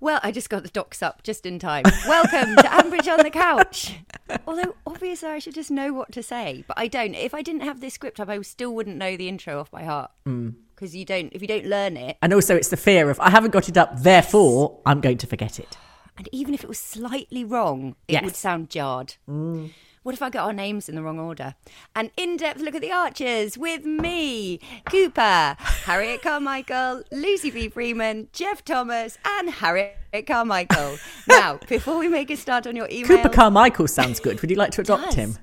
well, I just got the docs up just in time. Welcome to Ambridge on the Couch. Although, obviously, I should just know what to say, but I don't. If I didn't have this script up, I still wouldn't know the intro off by heart. Mm. Because you don't, if you don't learn it, And also, it's the fear of I haven't got it up, therefore I'm going to forget it. and even if it was slightly wrong, it Yes. Mm. would sound jarred. What if I got our names in the wrong order? An in depth look at the archers with me, Cooper, Harriet Carmichael, Lucy B. Freeman, Jeff Thomas, and Harriet Carmichael. now, before we make a start on your email, Cooper Carmichael sounds good. Would you like to adopt does. him?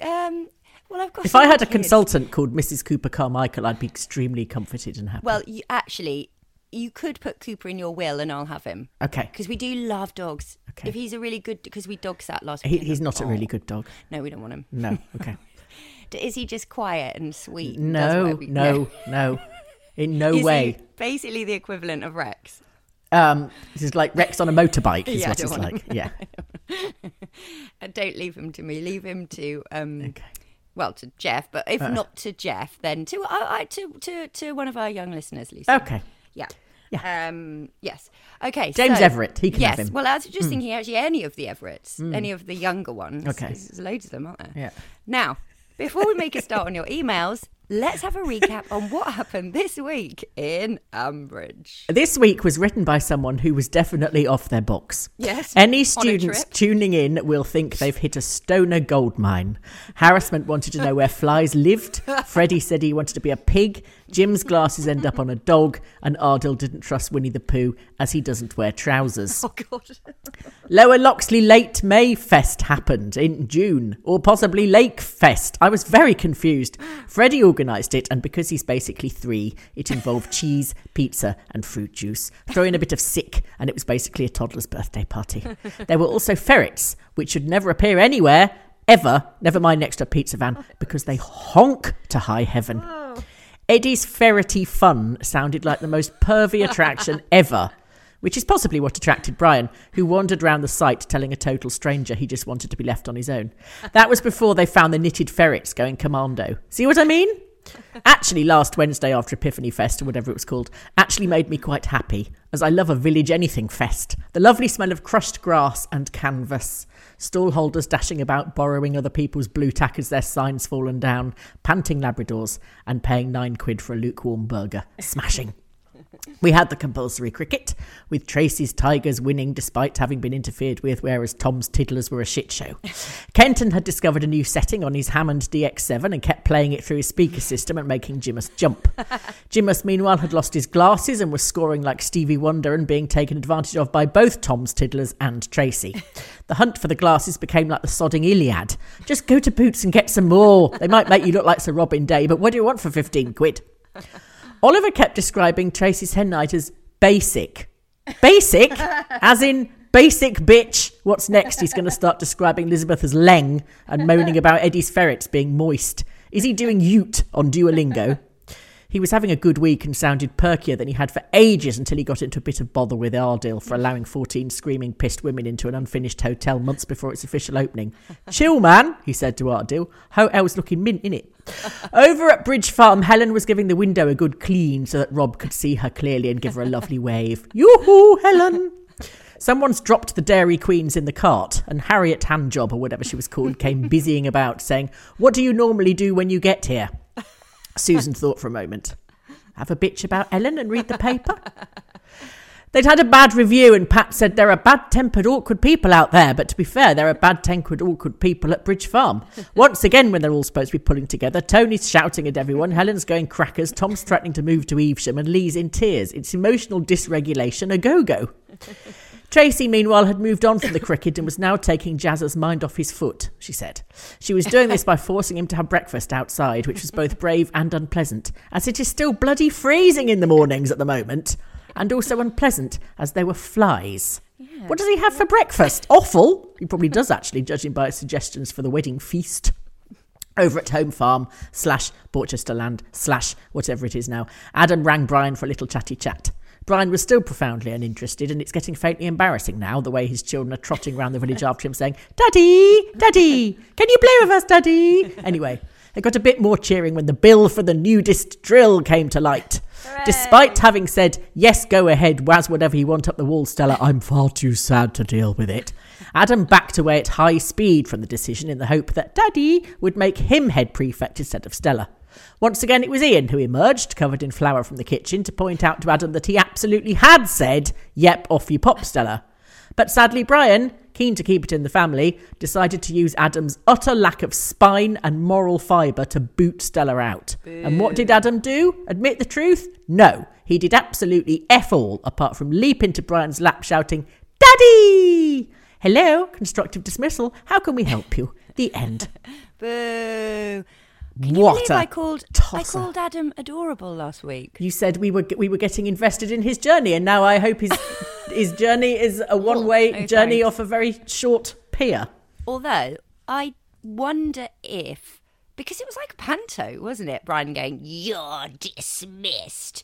Um, well, I've got. If I had a kids. consultant called Mrs. Cooper Carmichael, I'd be extremely comforted and happy. well, you actually, you could put Cooper in your will, and I'll have him okay. because we do love dogs. Okay. If he's a really good, because we dog sat last. He, weekend. he's not a Oh. really good dog. No, we don't want him. No. Okay. D- Is he just quiet and sweet? and does No, whatever- no, no. In no Is he way. basically the equivalent of Rex. Um, this is like Rex on a motorbike, is Yeah, I what don't it's want like. Yeah. And Uh, don't leave him to me. Leave him to um. Well, to Jeff, but Uh. if not to Jeff, then to I, I to to to one of our young listeners, Lucy. Okay. Yeah. Um, yes. Okay. James so- Everett, he can yes. have him. Hmm. Well, I was just thinking actually any of the Everetts, any of the younger ones. Okay. There's, there's loads of them, aren't there? Yeah. Now, before we make a start on your emails, let's have a recap on what happened this week in Umbridge. This week was written by someone who was definitely off their box. Yes, on Any a students trip. tuning in will think they've hit a stoner gold mine. Harassment wanted to know where flies lived. Freddie said he wanted to be a pig. Jim's glasses end up on a dog. And Ardil didn't trust Winnie the Pooh as he doesn't wear trousers. Oh God. Lower Loxley Late May Fest happened in June, or possibly Lake Fest. I was very confused. Freddie organised it, and because he's basically three, it involved cheese, pizza, and fruit juice. Throw in a bit of sick, and it was basically a toddler's birthday party. There were also ferrets, which should never appear anywhere, ever, never mind next to a pizza van, because they honk to high heaven. Eddie's ferrety fun sounded like the most pervy attraction ever, which is possibly what attracted Brian, who wandered round the site telling a total stranger he just wanted to be left on his own. That was before they found the knitted ferrets going commando. See what I mean? Actually, last Wednesday after Epiphany Fest, or whatever it was called, actually made me quite happy, as I love a village anything fest. The lovely smell of crushed grass and canvas, stallholders dashing about borrowing other people's blue tack as their signs fallen down, panting Labradors, and paying nine quid for a lukewarm burger. Smashing. We had the compulsory cricket, with Tracy's Tigers winning despite having been interfered with, whereas Tom's Tiddlers were a shit show. Kenton had discovered a new setting on his Hammond DX7 and kept playing it through his speaker system and making Jimus jump. Jimus, meanwhile, had lost his glasses and was scoring like Stevie Wonder and being taken advantage of by both Tom's Tiddlers and Tracy. The hunt for the glasses became like the sodding Iliad. Just go to Boots and get some more. They might make you look like Sir Robin Day, but what do you want for 15 quid? Oliver kept describing Tracy's hen night as basic. Basic? as in basic bitch. What's next? He's going to start describing Elizabeth as Leng and moaning about Eddie's ferrets being moist. Is he doing ute on Duolingo? He was having a good week and sounded perkier than he had for ages until he got into a bit of bother with Ardil for allowing 14 screaming pissed women into an unfinished hotel months before its official opening. Chill, man, he said to Ardil. Hotel's looking mint, innit? Over at Bridge Farm, Helen was giving the window a good clean so that Rob could see her clearly and give her a lovely wave. Yoo-hoo, Helen! Someone's dropped the Dairy Queens in the cart, and Harriet Handjob, or whatever she was called, came busying about saying, What do you normally do when you get here? Susan thought for a moment. Have a bitch about Ellen and read the paper? They'd had a bad review, and Pat said there are bad tempered, awkward people out there. But to be fair, there are bad tempered, awkward people at Bridge Farm. Once again, when they're all supposed to be pulling together, Tony's shouting at everyone, Helen's going crackers, Tom's threatening to move to Evesham, and Lee's in tears. It's emotional dysregulation a go go. Tracy, meanwhile, had moved on from the cricket and was now taking Jazz's mind off his foot, she said. She was doing this by forcing him to have breakfast outside, which was both brave and unpleasant, as it is still bloody freezing in the mornings at the moment, and also unpleasant as there were flies. what does he have for breakfast? Awful! He probably does, actually, judging by his suggestions for the wedding feast over at home farm slash Borchester land slash whatever it is now. Adam rang Brian for a little chatty chat. Brian was still profoundly uninterested, and it's getting faintly embarrassing now the way his children are trotting round the village after him, saying, Daddy, Daddy, can you play with us, Daddy? Anyway, it got a bit more cheering when the bill for the nudist drill came to light. Despite having said, Yes, go ahead, waz whatever you want up the wall, Stella, I'm far too sad to deal with it. Adam backed away at high speed from the decision in the hope that Daddy would make him head prefect instead of Stella. Once again, it was Ian who emerged, covered in flour from the kitchen, to point out to Adam that he absolutely had said, Yep, off you pop, Stella. But sadly, Brian, keen to keep it in the family, decided to use Adam's utter lack of spine and moral fibre to boot Stella out. And what did Adam do? Admit the truth? No. He did absolutely F all, apart from leap into Brian's lap shouting, Daddy! Hello, constructive dismissal. How can we help you? The end. Boo. Can You what believe a I called I tosser. called Adam adorable last week. You said we were we were getting invested in his journey, and now I hope his his journey is a one way Oh, journey sorry. off a very short pier. Although I wonder if because it was like a panto, wasn't it? Brian going, "You're dismissed."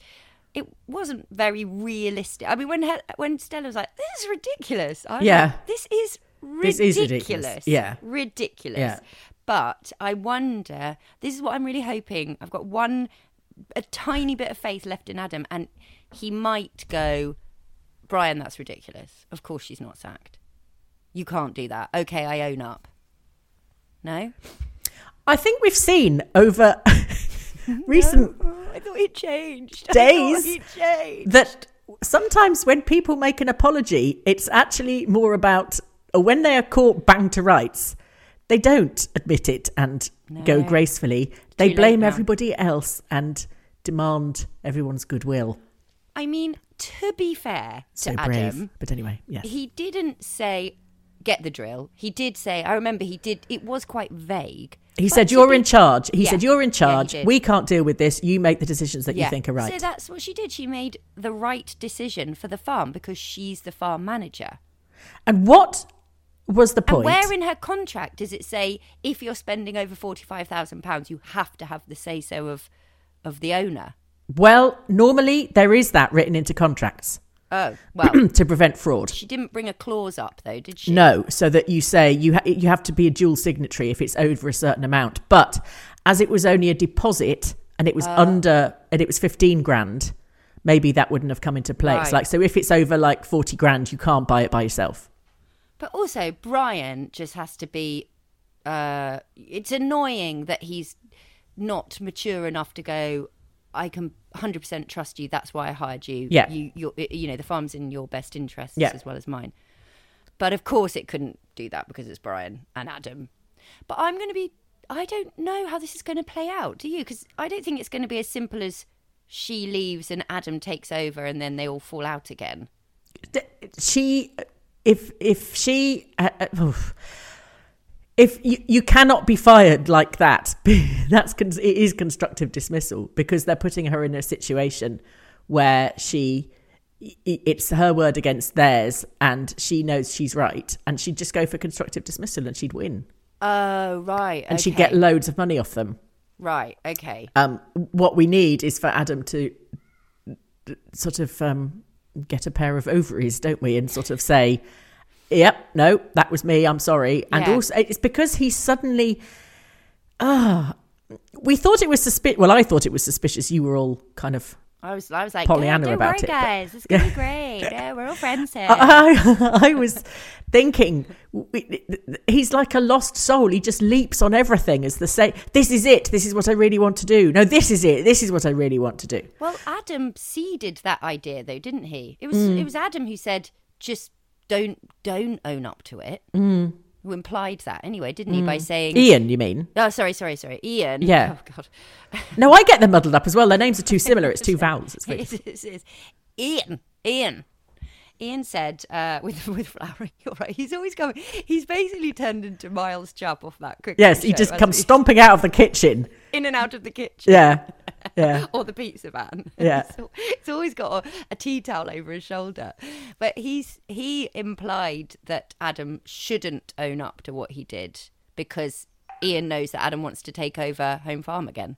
It wasn't very realistic. I mean, when he- when Stella was like, "This is ridiculous," I was Yeah. like, "This is ridiculous." This is ridiculous. Yeah. ridiculous. Yeah. But I wonder. This is what I'm really hoping. I've got one, a tiny bit of faith left in Adam, and he might go. Brian, that's ridiculous. Of course, she's not sacked. You can't do that. Okay, I own up. No, I think we've seen over recent I thought it changed. Days. It changed. that sometimes when people make an apology, it's actually more about when they are caught bang to rights, they don't admit it and go gracefully. They late blame now. everybody else and demand everyone's goodwill. I mean, to be fair to So brave, Adam, but anyway, yes. he didn't say get the drill. He did say. I remember he did. It was quite vague. He But said, to "You're be- in charge." He Yeah. said, "You're in Yeah, he charge. did. we can't deal with this. You make the decisions that you think are right." So that's what she did. She made the right decision for the farm because she's the farm manager. and what was the point? And where in her contract does it say if you're spending over forty five thousand pounds, you have to have the say so of of the owner? well, normally there is that written into contracts Oh well, to prevent fraud. she didn't bring a clause up though, did she? No, so that you say you ha- you have to be a dual signatory if it's over a certain amount. But as it was only a deposit and it was Ah. under and it was fifteen grand, maybe that wouldn't have come into play. It's Right. Like so, if it's over like forty grand, you can't buy it by yourself. But also, Brian just has to be. Uh, it's annoying that he's not mature enough to go. I can 100% trust you. That's why I hired you. Yeah. You, you're, you know, the farm's in your best interests Yeah. as well as mine. But of course, it couldn't do that because it's Brian and Adam. But I'm going to be. I don't know how this is going to play out, do you? Because I don't think it's going to be as simple as she leaves and Adam takes over and then they all fall out again. she if if she uh, uh, oof. if you, you cannot be fired like that that's con- it is constructive dismissal because they're putting her in a situation where she i- i- it's her word against theirs and she knows she's right and she'd just go for constructive dismissal and she'd win Oh, right. and she'd get loads of money off them Right. Okay. um, what we need is for Adam to sort of um, get a pair of ovaries, don't we? And sort of say, yep, no, that was me, I'm sorry. And Yeah. also, it's because he suddenly, ah, we thought it was suspicious. Well, I thought it was suspicious. You were all kind of I was, I was like, Pollyanna "Yeah, don't about worry, it, but- Uh-uh. guys. It's gonna be great. Yeah, we're all friends here. I, I was thinking w- w- he's like a lost soul. He just leaps on everything as the say. This is it. This is what I really want to do. No, this is it. This is what I really want to do. well, Adam seeded that idea, though, didn't he? It was, Mm. it was Adam who said, "Just don't, don't own up to it." Who implied that anyway, didn't he? By saying, Mm. Ian, you mean? "Oh, sorry, sorry, sorry, Ian." Yeah. Oh God. No, I get them muddled up as well. Their names are too similar. It's two vowels. It's weird. It is, it is, Ian. Ian. Ian said uh, with with Flowery, you're right. He's always coming. He's basically turned into Miles Chubb off that cricket. Yes, he show, just hasn't comes stomping out of the kitchen. in and out of the kitchen. Yeah, yeah. or the pizza van. Yeah. So it's always got a, a tea towel over his shoulder. But he's he implied that Adam shouldn't own up to what he did because Ian knows that Adam wants to take over Home Farm again.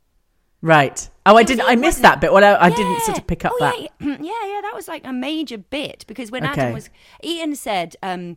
Right. Oh, I didn't. I missed that bit. Well, I, I didn't sort of pick up Oh, that. Yeah, yeah, yeah, that was like a major bit because when Okay. Adam was, Ian said, um,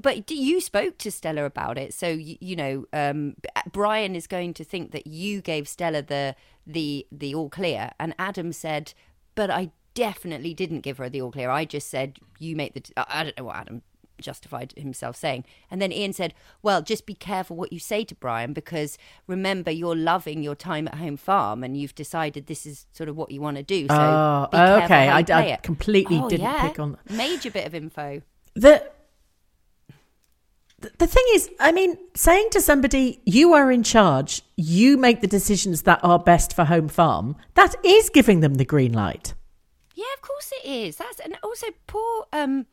but d- you spoke to Stella about it, so you, you know um, B- Brian is going to think that you gave Stella the the the all clear, and Adam said, but I definitely didn't give her the all clear. I just said you make the. T- I I don't know what Adam justified himself saying. And then Ian said, Well, just be careful what you say to Brian because remember, you're loving your time at home farm and you've decided this is sort of what you want to do. So Oh, be careful okay. how I- you play I it." completely Oh, didn't yeah. pick on that. Major bit of info. the the- the thing is i mean saying to somebody you are in charge you make the decisions that are best for home farm that is giving them the green light Yeah, of course it is. That's And also, poor um,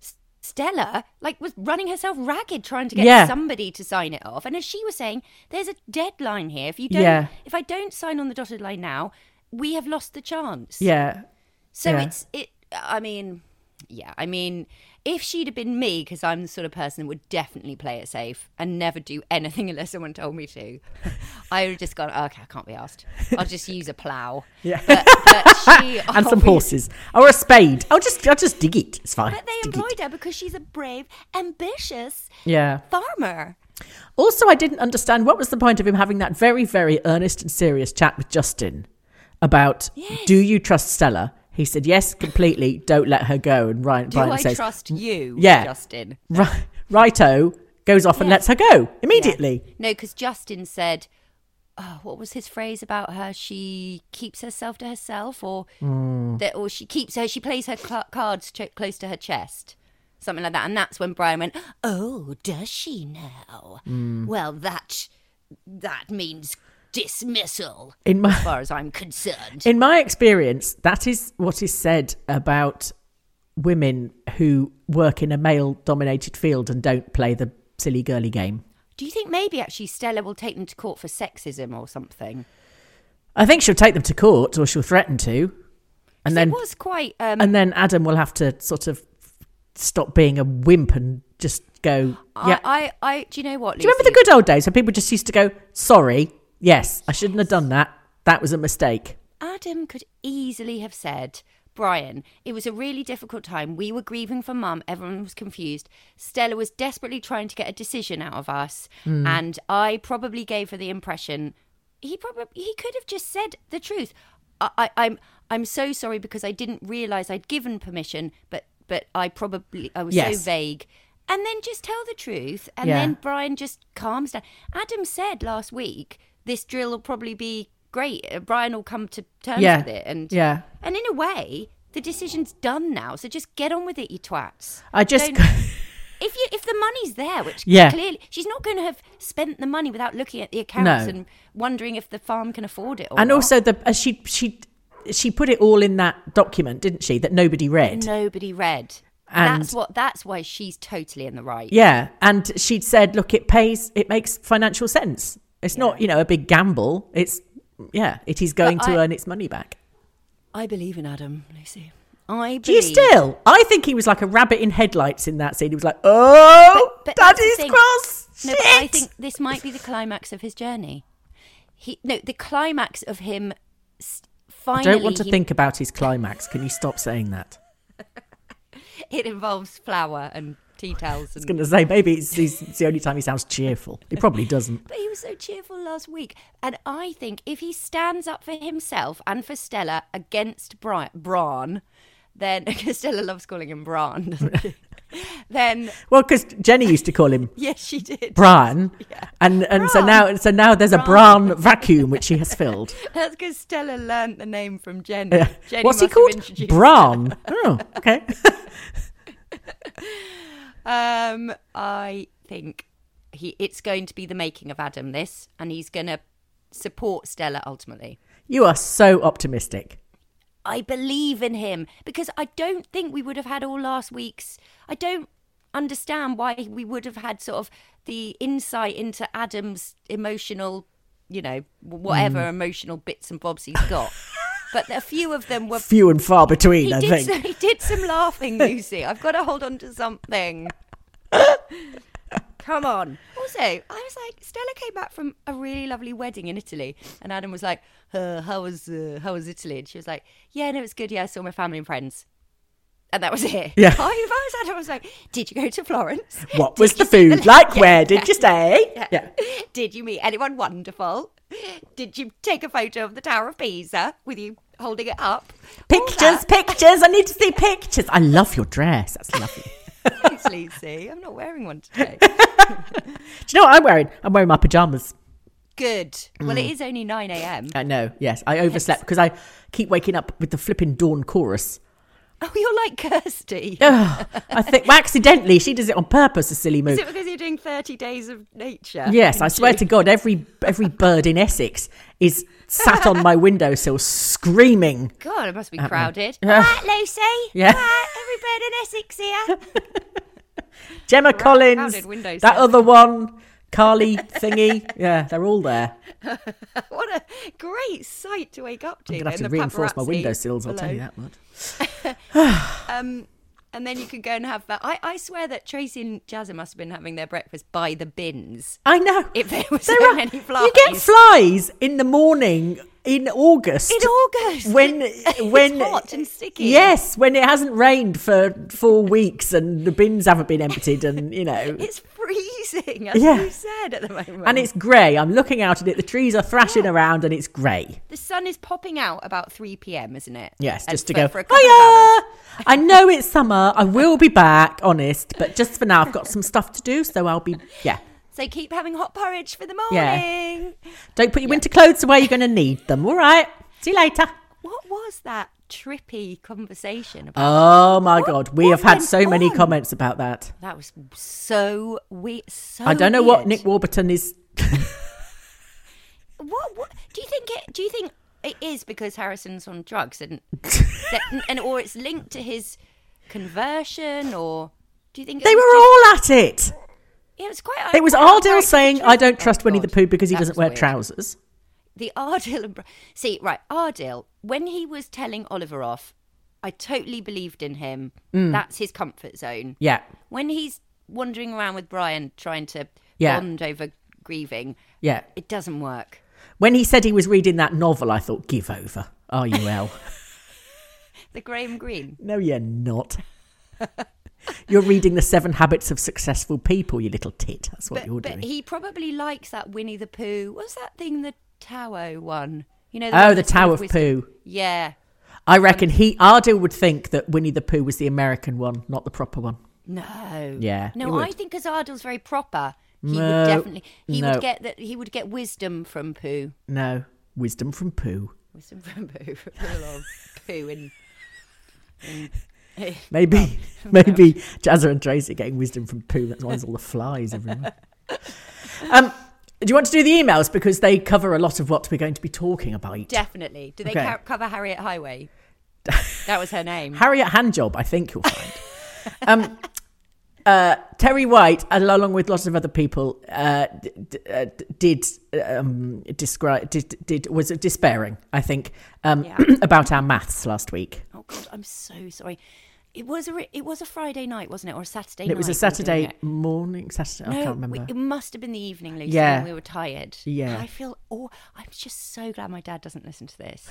S- Stella like was running herself ragged trying to get Yeah. somebody to sign it off. And as she was saying, there's a deadline here. If you don't, Yeah. if I don't sign on the dotted line now, we have lost the chance. yeah So Yeah. it's it. I mean, yeah. I mean, if she'd have been me, because I'm the sort of person that would definitely play it safe and never do anything unless someone told me to, I would have just gone. Okay, I can't be asked. I'll just use a plough. Yeah. But, but she and some obviously- horses or a spade i'll just i'll just dig it it's fine But they Dig it. employed her because she's a brave, ambitious yeah farmer. also i didn't understand what was the point of him having that very very earnest and serious chat with justin about do you trust stella he said yes completely don't let her go and ryan, Do Brian I says trust you, yeah. Justin? "Ri- righto goes off and lets her go immediately No, because Justin said, oh, what was his phrase about her? She keeps herself to herself, or Mm. that, or she keeps her. She plays her cl- cards ch- close to her chest, something like that. And that's when Brian went, "Oh, does she now? Mm. Well, that that means dismissal, In as my far as I'm concerned." in my experience, that is what is said about women who work in a male-dominated field and don't play the silly girly game. Do you think maybe actually Stella will take them to court for sexism or something? I think she'll take them to court, or she'll threaten to, and then it was quite. Um, and then Adam will have to sort of stop being a wimp and just go. Yeah. I, I, I, do you know what? Do you remember the good old days when people just used to go, "Sorry, yes, I shouldn't have done that. That was a mistake." Adam could easily have said, Brian, it was a really difficult time. We were grieving for mum. Everyone was confused. Stella was desperately trying to get a decision out of us. And I probably gave her the impression he probably he could have just said the truth. I, I, I'm I'm so sorry because I didn't realise I'd given permission, but but I probably I was Yes. so vague. And then just tell the truth. And Yeah. then Brian just calms down. Adam said last week this drill will probably be great. Uh, Brian will come to terms Yeah. with it, and Yeah. and in a way, the decision's done now. So just get on with it, you twats. I just. Don't- if you if the money's there, which Yeah. clearly she's not going to have spent the money without looking at the accounts No. and wondering if the farm can afford it. Or and not. also the uh, she she she put it all in that document didn't she that nobody read nobody read. And- that's what. That's why she's totally in the right. yeah and she'd said look it pays it makes financial sense it's not you know a big gamble it's yeah it is going to I- earn its money back I believe in Adam, Lucy. I believe. do you still i think he was like a rabbit in headlights in that scene he was like oh that's the daddy's thing. cross No, shit. but I think this might be the climax of his journey. He no, the climax of him s- I finally. don't want to he- think about his climax can you stop saying that It involves flour and tea towels. was And... going to say, maybe it's, it's, it's the only time he sounds cheerful. He probably doesn't. But he was so cheerful last week. And I think if he stands up for himself and for Stella against Bri- Bran, then because Stella loves calling him Bran, doesn't she? then Well, because Jenny used to call him yes, she did. Bran, and and so Bran. now so now there's a Bran vacuum which she has filled. That's because Stella learnt the name from Jenny. Jenny What's he must have called? introduced Bran. Oh, okay. Um, I think he it's going to be the making of Adam this, and he's going to support Stella ultimately. you are so optimistic. I believe in him because I don't think we would have had all last week's. I don't understand why we would have had sort of the insight into Adam's emotional, you know, whatever emotional bits and bobs he's got. but a few of them were. Few and far between, He I did, think. some, he did some laughing, Lucy. I've got to hold on to something. Come on. Also, I was like, Stella came back from a really lovely wedding in Italy, and Adam was like, uh, "How was uh, how was Italy?" And she was like, "Yeah, no, it's good. Yeah, I saw my family and friends." And that was it. Yeah. I, if I was Adam, I was like, "Did you go to Florence? What Did was you the see food like? Where did you stay? Yeah. Did you meet anyone wonderful? Did you take a photo of the Tower of Pisa with you holding it up? All Pictures, pictures. I need to see pictures. I love your dress. That's lovely. Thanks, Lucy. I'm not wearing one today. Do you know what I'm wearing? I'm wearing my pajamas. Good. Well, Mm. it is only 9 a.m. I know. Yes, I overslept because I keep waking up with the flipping dawn chorus. Oh, you're like Kirsty. Oh, I think well, accidentally she does it on purpose. A silly move. Is it because you're doing 30 days of nature? Yes, I swear to God, every every bird in Essex is sat on my windowsill screaming. God, it must be crowded. Uh-uh. Yeah. Right, Lucy. Yeah. Right, every bird in Essex here. Gemma crowded Collins, windowsill. that other one, Carly thingy. Yeah, they're all there. what a great sight to wake up to. I'm gonna have and to the reinforce my paparazzi windowsills. I'll tell you below. that much. And then you can go and have that. I, I swear that Tracy and Jasmine must have been having their breakfast by the bins. I know. If there were so There are- many You get flies. flies in the morning in August. In August. When It's when hot and sticky. Yes, when it hasn't rained for four weeks and the bins haven't been emptied and you know It's freezing, as Yeah. you said at the moment. and it's grey. I'm looking out at it. The trees are thrashing around and it's grey. the sun is popping out about 3 p.m., isn't it? Yes, And just to for- go. for a couple of hours. Hiya! I know it's summer. I will be back, honest, but just for now, I've got some stuff to do, so I'll be yeah. So keep having hot porridge for the Yeah. morning. Don't put your winter clothes away. You're going to need them. All right. See you later. What was that trippy conversation about? Oh my god, we what have had went so many on? comments about that. that was so weird. So I don't know what Oh, weird. Nick Warburton is. What, what do you think? It, do you think it is because Harrison's on drugs and that, and or it's linked to his conversion or? Do you think it They were was all at it. all? It was quite. It was quite Ardil very saying, "I don't Oh, trust Winnie the God. Pooh because he That doesn't was wear weird. trousers." the Ardil and Bra- see right Ardil when he was telling Oliver off, I totally believed in him. Mm. That's his comfort zone. Yeah, When he's wandering around with Brian trying to Yeah. bond over grieving, yeah. it doesn't work. When he said he was reading that novel, I thought, "Give over, are you well?" The Graham Greene. no, you're not. You're reading the Seven Habits of Successful People, you little tit. That's what But, you're but doing. he probably likes that Winnie the Pooh. What's that thing, the Tower one? You know, Oh, one the that's full Tower of wisdom. Pooh. Yeah. I reckon he Ardil would think that Winnie the Pooh was the American one, not the proper one. No. Yeah, he No, would. I think because Ardil's very proper. He No, would definitely. He no. would get that. He would get wisdom from Pooh. No, wisdom from Pooh. Wisdom from Pooh. A lot of Pooh and. Maybe, Oh, maybe Jazza and Tracy getting wisdom from poo. That's why there's all the flies everywhere. Um, do you want to do the emails because they cover a lot of what we're going to be talking about? Definitely. Do they Okay. co- cover Harriet Highway? that was her name. Harriet Handjob, I think you'll find. um, uh, Terry White, and along with lots of other people, uh, d- d- uh, d- did um, describe did, did was despairing. I think um, Yeah. about our maths last week. Oh God, I'm so sorry. It was a re- it was a Friday night, wasn't it, or a Saturday? It was a night we were doing Saturday it. morning. Saturday, I No, can't remember. we- it must have been the evening, Lucy. Yeah. and we were tired. Yeah. I feel. Oh, I'm just so glad my dad doesn't listen to this.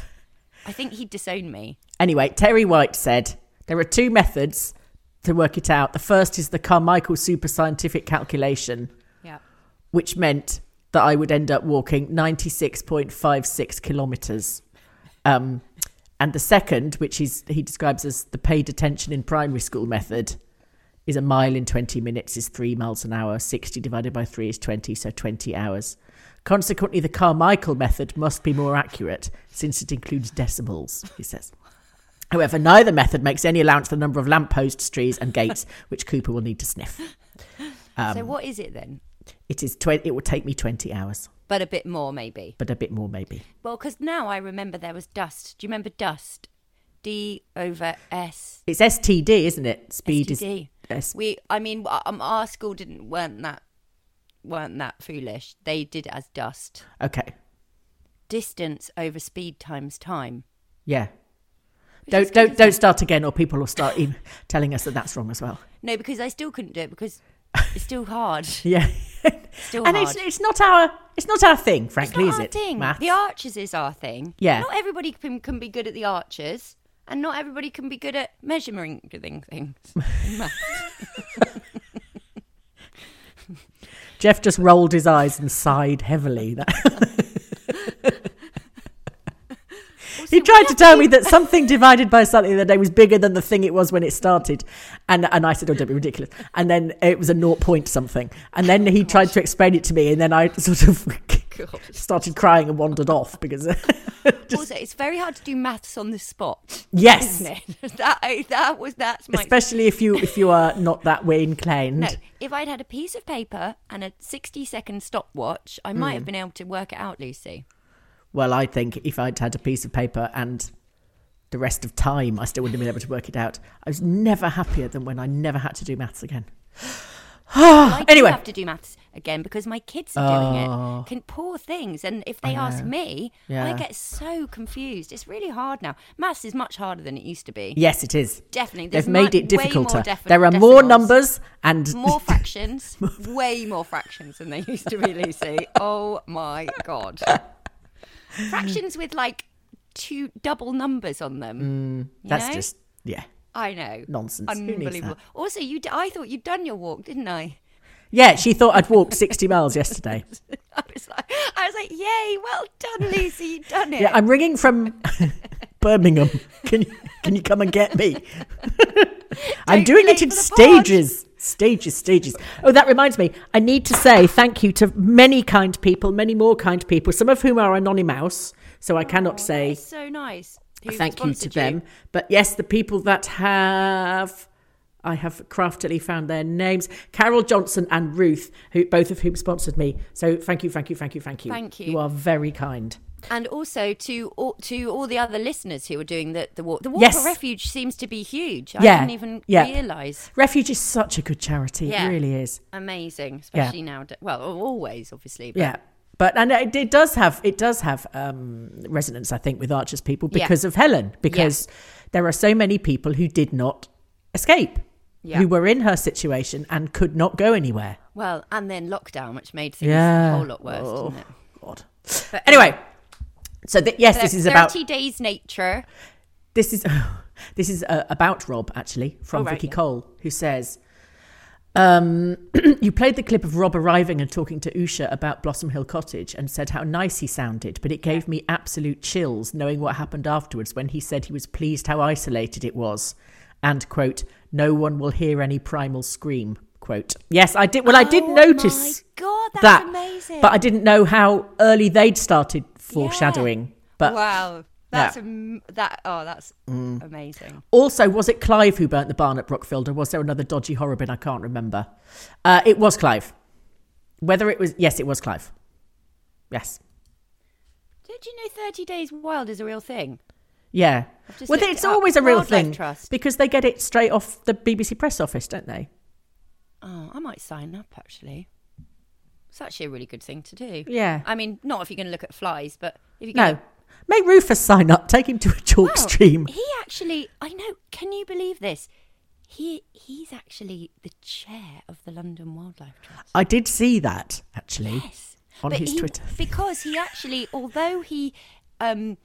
I think he'd disown me. Anyway, Terry White said there are two methods to work it out. The first is the Carmichael super scientific calculation, Yeah. which meant that I would end up walking 96.56 kilometres. Um, and the second, which is he describes as the paid attention in primary school method, is a mile in 20 minutes is three miles an hour. 60 divided by three is 20, so 20 hours. Consequently, the Carmichael method must be more accurate since it includes decibels, he says. However, neither method makes any allowance for the number of lampposts, trees, and gates, which Cooper will need to sniff. Um, so what is it then? It is tw- it will take me 20 hours, But a bit more maybe. but a bit more maybe. Well, because now I remember there was dust. Do you remember dust? D over S. It's STD, isn't it? Speed is. STD. S- We, I mean, w- um, our school didn't weren't that weren't that foolish. They did it as dust. okay. Distance over speed times time. Yeah. Don't don't don't start again, or people will start in telling us that that's wrong as well. No, because I still couldn't do it because it's still hard. Yeah. Still and hard. it's it's not our it's not our thing, frankly, It's is not our it? thing. Maths? The arches is our thing. Yeah. Not everybody can, can be good at the arches, and not everybody can be good at measuring thing- things. Jeff just rolled his eyes and sighed heavily. That- he tried to tell me that something divided by something the other day was bigger than the thing it was when it started, and and I said, "Oh, don't be ridiculous." And then it was a naught point something, and then he tried to explain it to me, and then I sort of started crying and wandered off because also, it's very hard to do maths on the spot, yes, isn't it? that that was that's my especially if you if you are not that way inclined. No, if I'd had a piece of paper and a sixty-second stopwatch, I Hmm. might have been able to work it out, Lucy. Well, I think if I'd had a piece of paper and the rest of time, I still wouldn't have been able to work it out. I was never happier than when I never had to do maths again. I do Ah, anyway. Oh. have to do maths again because my kids are doing it. Can poor things, and if they ask me, I Yeah. get so confused. It's really hard now. Maths is much harder than it used to be. Yes, it is. Definitely, there's They've made mu- it way more difficulter. defi- there are more decimals. numbers and More fractions, way more fractions than they used to be, Lucy. Oh my god, fractions with like two double numbers on them. you Hmm. that's know? just yeah. I know nonsense. Who needs that? unbelievable. Also, you, d- I thought you'd done your walk, didn't I? Yeah, she thought I'd walked 60 miles yesterday. I was like, I was like, yay, well done, Lucy, you've done it. Yeah, I'm ringing from Birmingham. Can you, can you come and get me? Don't I'm doing be late it in for the pod. stages. Stages, stages. Oh, that reminds me. I need to say thank you to many kind people, many more kind people, some of whom are anonymous, so I cannot say It's so Oh, nice. Who thank you to sponsored them. But yes, the people that have. I have craftily found their names Carol Johnson and Ruth, who, both of whom sponsored me. So thank you, thank you, thank you, thank you. Thank you. You are very kind. and also to all, to all the other listeners who are doing the the walk. The walk Yes. for refuge seems to be huge. I Yeah, didn't even yeah. realize. Refuge is such a good charity. Yeah. It really is. Amazing, especially now. Well, always, obviously. But Yeah. But and it, it does have it does have um, resonance, I think, with Archer's people Yeah. because of Helen, because there are so many people who did not escape, Yeah. who were in her situation and could not go anywhere. Well, and then lockdown, which made things a Yeah. Oh, whole lot worse, didn't it? God. anyway, so th- yes, this Thir- is about thirty days nature. this is this is uh, about Rob actually from Oh, right, Vicky yeah. Cole who says um, you played the clip of Rob arriving and talking to Usha about Blossom Hill Cottage and said how nice he sounded but it gave me absolute chills knowing what happened afterwards when he said he was pleased how isolated it was and quote no one will hear any primal scream quote yes I did well I did Oh notice my God, that's that amazing. but I didn't know how early they'd started foreshadowing but wow, that's Yeah. Mm. am- that. Oh, that's amazing. Also, was it Clive who burnt the barn at Brockfield, or was there another dodgy horror bin? I can't remember. Uh, it was Clive. Whether it was, yes, it was Clive. Yes, Did you know thirty days wild is a real thing? yeah. just Well, looked it's it up. always a real Wildlife thing Trust. because they get it straight off the BBC press office, don't they? Oh, I might sign up actually. It's actually a really good thing to do. Yeah. I mean, not if you're going to look at flies, but if you're No, gonna- make Rufus sign up. Take him to a chalk Wow, stream. He actually, I know. Can you believe this? He he's actually the chair of the London Wildlife Trust. I did see that actually Yes. on his he, Twitter. because he actually, although he um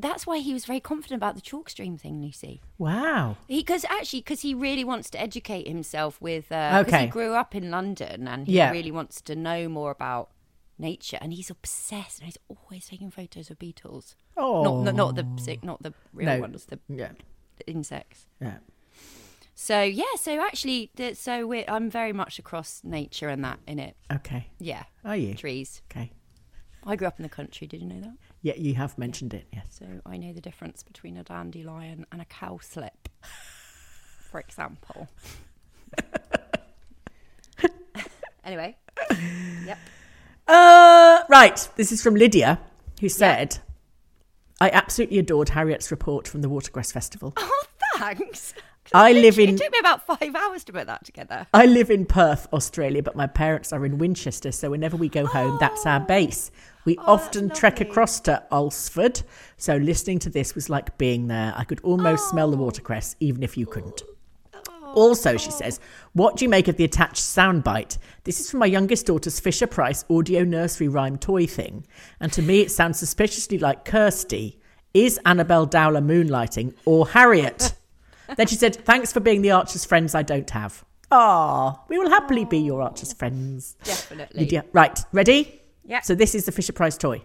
that's why he was very confident about the chalk stream thing, Lucy. Wow. Because actually, because he really wants to educate himself with. Uh, 'cause Okay. He grew up in London and he Yeah. really wants to know more about nature, and he's obsessed, and he's always taking photos of beetles. Oh. Not, not not the sick- not the real No. ones, the, Yeah. the insects. Yeah. So yeah, so actually, th- so we're, I'm very much across nature and that in it. Okay. Yeah, Are you? trees. Okay. I grew up in the country. Did you know that? Yeah, you have mentioned it. Yes. So I know the difference between a dandelion and a cowslip, for example. anyway, Uh, right. This is from Lydia, who said, I absolutely adored Harriet's report from the Watergrass Festival. oh thanks. I live Literally, in It took me about five hours to put that together. I live in Perth, Australia, but my parents are in Winchester, so whenever we go home, that's our base. We often trek across to Ulsford, so listening to this was like being there. I could almost smell the watercress, even if you couldn't. Also, she says, What do you make of the attached soundbite? This is from my youngest daughter's Fisher Price audio nursery rhyme toy thing, and to me it sounds suspiciously like Kirsty. Is Annabelle Dowler moonlighting or Harriet? then she said, Thanks for being the Archer's friends I don't have. Ah, we will happily be your Archer's friends. Definitely. Lydia. Right, ready? Yeah. So this is the Fisher Price toy.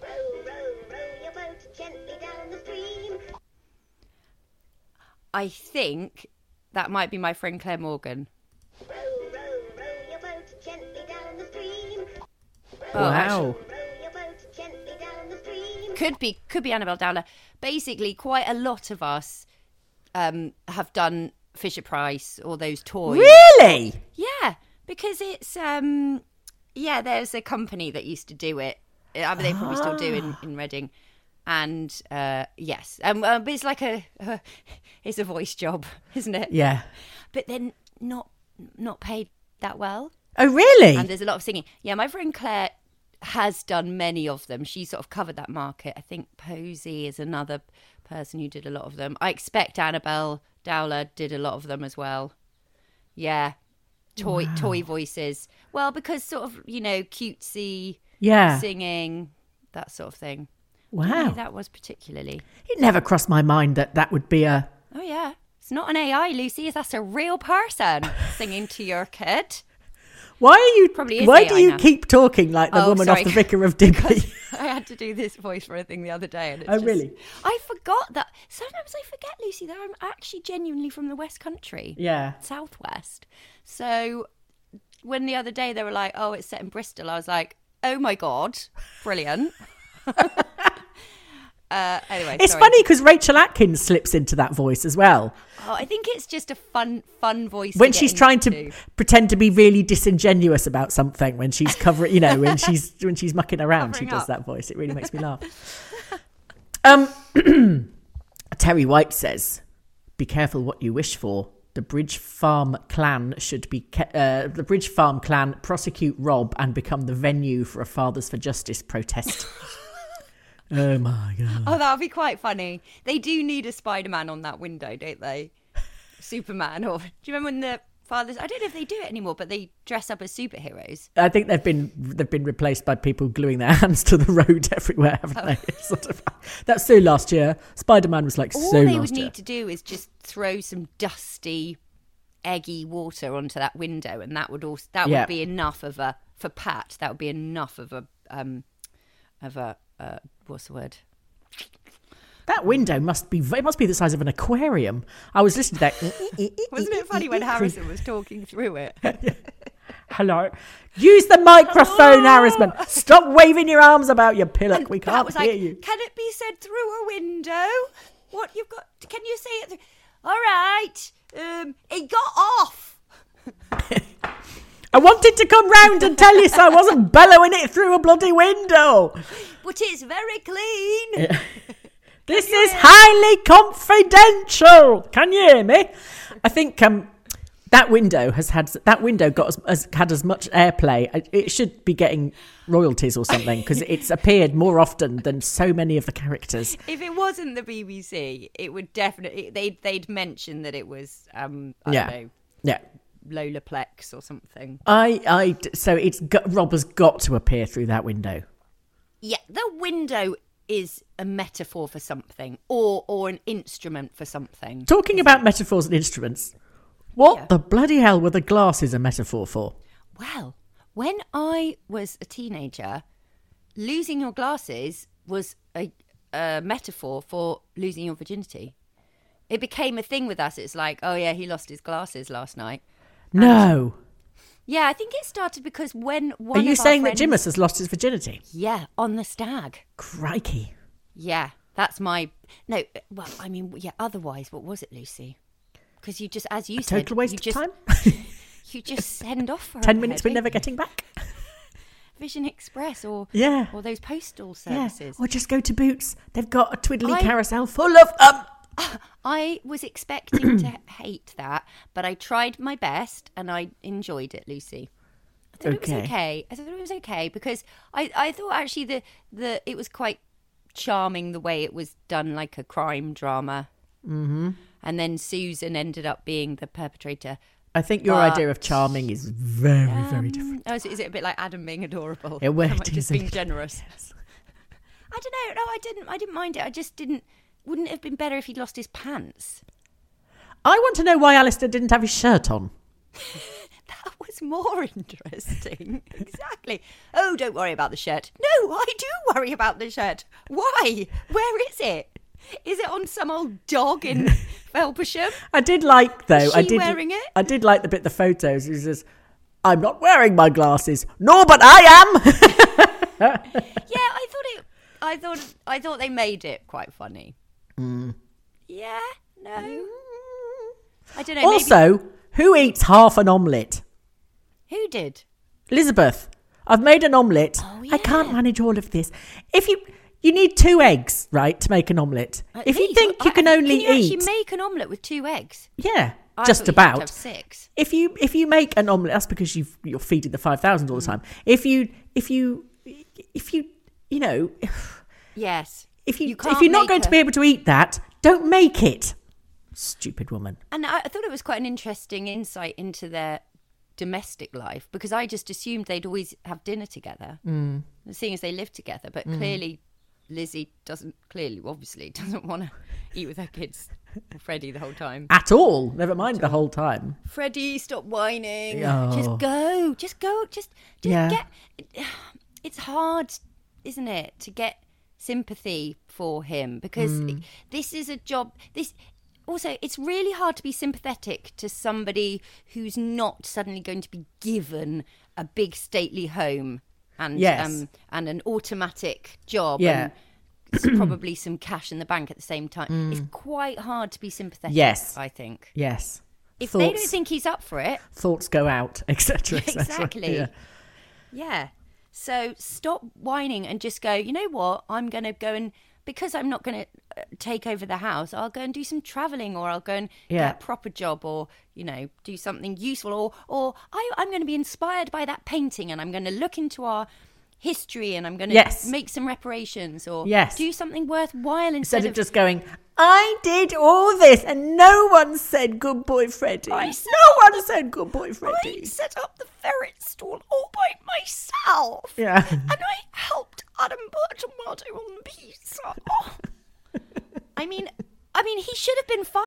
Row, row, row your boat gently down the stream. I think that might be my friend Claire Morgan. Row, row, row your boat gently down the stream. Oh, wow. Row your boat gently down the stream. could be could be Annabelle Dowler. Basically, quite a lot of us um, have done Fisher Price or those toys. Really? Yeah, because it's um, yeah, there's a company that used to do it. I mean, they probably still do in, in Reading. And uh, yes, um, uh, but it's like a it's a voice job, isn't it? Yeah. But then not not paid that well Oh, really? and there's a lot of singing. Yeah, my friend Claire has done many of them. She sort of covered that market. I think Posey is another person who did a lot of them. I expect Annabelle Dowler did a lot of them as well. Yeah. Toy toy voices. Well, because sort of, you know, cutesy yeah. Oh. singing, that sort of thing. Wow. Yeah, that was particularly. It never crossed my mind that that would be a. Oh yeah. It's not an AI, Lucy, that's a real person singing to your kid. Why are you? Probably is why AI do you now. keep talking like the Oh, woman sorry. off the Vicar of Digby? I had to do this voice for a thing the other day. And it's Oh, just- really? I forgot that. Sometimes I forget, Lucy, that I'm actually genuinely from the West Country, yeah. Southwest. So when the other day they were like, oh, it's set in Bristol, I was like, oh my God, brilliant. uh, anyway, It's sorry. funny because Rachel Atkins slips into that voice as well Oh, I think it's just a fun, fun voice. when get she's trying to into. pretend to be really disingenuous about something when she's covering, you know, when she's when she's mucking around, she Covering does up. that voice. It really makes me laugh. Um, Terry White says, "Be careful what you wish for." The Bridge Farm clan should be ke- uh, the Bridge Farm clan prosecute Rob and become the venue for a Fathers for Justice protest. oh my god! Oh, that would be quite funny. They do need a Spider Man on that window, don't they? Superman, or do you remember when the fathers? I don't know if they do it anymore, but they dress up as superheroes. I think they've been they've been replaced by people gluing their hands to the road everywhere, haven't they? It's sort of, that's so last year. Spider Man was like Oh. All so they last would year. need to do is just throw some dusty, eggy water onto that window, and that would also that Yeah. would be enough of a for Pat. That would be enough of a um of a uh, what's the word? That window must be it must be the size of an aquarium. I was listening to that. Wasn't it funny when Harrison was talking through it? Hello, use the Oh. microphone, Harrison. Stop waving your arms about your pillock. We Pat can't was hear like, you. "Can it be said through a window? What you've got? Can you say it? Through? All right. Um, it got off. I wanted to come round and tell you so I wasn't bellowing it through a bloody window. But it's very clean. This is highly confidential. Can you hear me? I think um, that window has had that window got as, as had as much airplay. I- It should be getting royalties or something because it's appeared more often than so many of the characters. If it wasn't the BBC, it would definitely they'd they'd mention that it was um I yeah, don't yeah. know Lola Plex or something. I, I, d- so it's got, Rob has got to appear through that window. Yeah, the window is a metaphor for something or or an instrument for something. Talking about metaphors and instruments, what the bloody hell were the glasses a metaphor for? Well, when I was a teenager, losing your glasses was a, a metaphor for losing your virginity. It became a thing with us. It's like, oh yeah, he lost his glasses last night. No. Yeah, I think it started because when one Are you of our saying that friends- Jimus has lost his virginity? Yeah, on the stag. Crikey. Yeah, that's my no. Well, I mean, yeah. Otherwise, what was it, Lucy? Because you just, as you said, Total waste you of just, time. You just send off for Ten it, minutes don't we're never you? getting back. Vision Express or Yeah. or those postal Yeah. services. Or just go to Boots. They've got a twiddly I- carousel full of um. I was expecting to hate that, but I tried my best and I enjoyed it, Lucy. I thought it Okay. was okay. I thought it was okay because I, I thought actually the, the it was quite charming the way it was done, like a crime drama. Mm-hmm. And then Susan ended up being the perpetrator. I think your idea of charming is very, very different. Mm, Oh, so is it a bit like Adam being adorable? It worked, Am I is just it? being generous. I don't know. No, I didn't. I didn't mind it. I just didn't. Wouldn't it have been better if he'd lost his pants? I want to know why Alistair didn't have his shirt on. That was more interesting. exactly. Oh, don't worry about the shirt. No, I do worry about the shirt. Why? Where is it? Is it on some old dog in Felpersham? I did like though. Is I she did. wearing it? I did like the bit the photos. It says, "I'm not wearing my glasses." No, but I am. Yeah, I thought it. I thought. I thought they made it quite funny. Mm. Yeah. No. I don't know. also, who eats half an omelette? maybe, who did? Elizabeth, I've made an omelette. Oh, I can't manage all of this. If you you need two eggs, right, to make an omelette. At if you least- think you I- can I- only can you eat, actually make an omelette with two eggs. yeah, I just thought you'd have to about. have six. if you if you make an omelette that's because you you're feeding the 5000 Mm. all the time if you if you if you you know Yes. if you, if can't you're not make going to a- be able to eat that don't make it stupid woman And I I thought it was quite an interesting insight into their domestic life because I just assumed they'd always have dinner together, mm. seeing as they live together. But clearly, Lizzie doesn't, clearly, obviously, doesn't want to eat with her kids or Freddie the whole time. at all never mind the whole time Freddie, stop whining. Oh. Just go. Just go. Just, just Yeah. get. It's hard, isn't it, to get sympathy for him because Mm. this is a job. This also, it's really hard to be sympathetic to somebody who's not suddenly going to be given a big stately home and Yes. um, and an automatic job. Yeah. And, probably some cash in the bank at the same time. It's quite hard to be sympathetic. Mm. Yes. I think yes if thoughts, they don't think he's up for it, thoughts go out etc etc. exactly. Yeah. Yeah. So stop whining and just go, you know what? I'm going to go and, because I'm not going to take over the house, I'll go and do some traveling or I'll go and Yeah. get a proper job or, you know, do something useful or, or I, I'm going to be inspired by that painting and I'm going to look into our history and I'm going to Yes. make some reparations or Yes. do something worthwhile instead, instead of just going I did all this and no one said good boy Freddie. I No said- one said good boy Freddie. set up the ferret stall all by myself. Yeah. and I helped Adam Bergamotto on the pizza. Oh. I mean, I mean, he should have been fired.